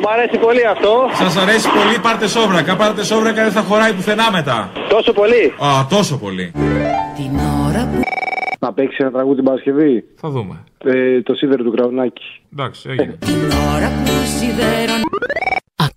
S7: Μου αρέσει πολύ αυτό.
S3: Σας αρέσει πολύ, πάρτε σόβρακα. Πάρτε σόβρακα, δεν θα χωράει πουθενά μετά.
S7: Τόσο πολύ.
S3: Α, τόσο πολύ.
S1: Να παίξει ένα τραγούδι την Παρασκευή.
S3: Θα δούμε.
S1: Ε, το σίδερο του Κραουνάκη.
S3: Εντάξει, έγινε.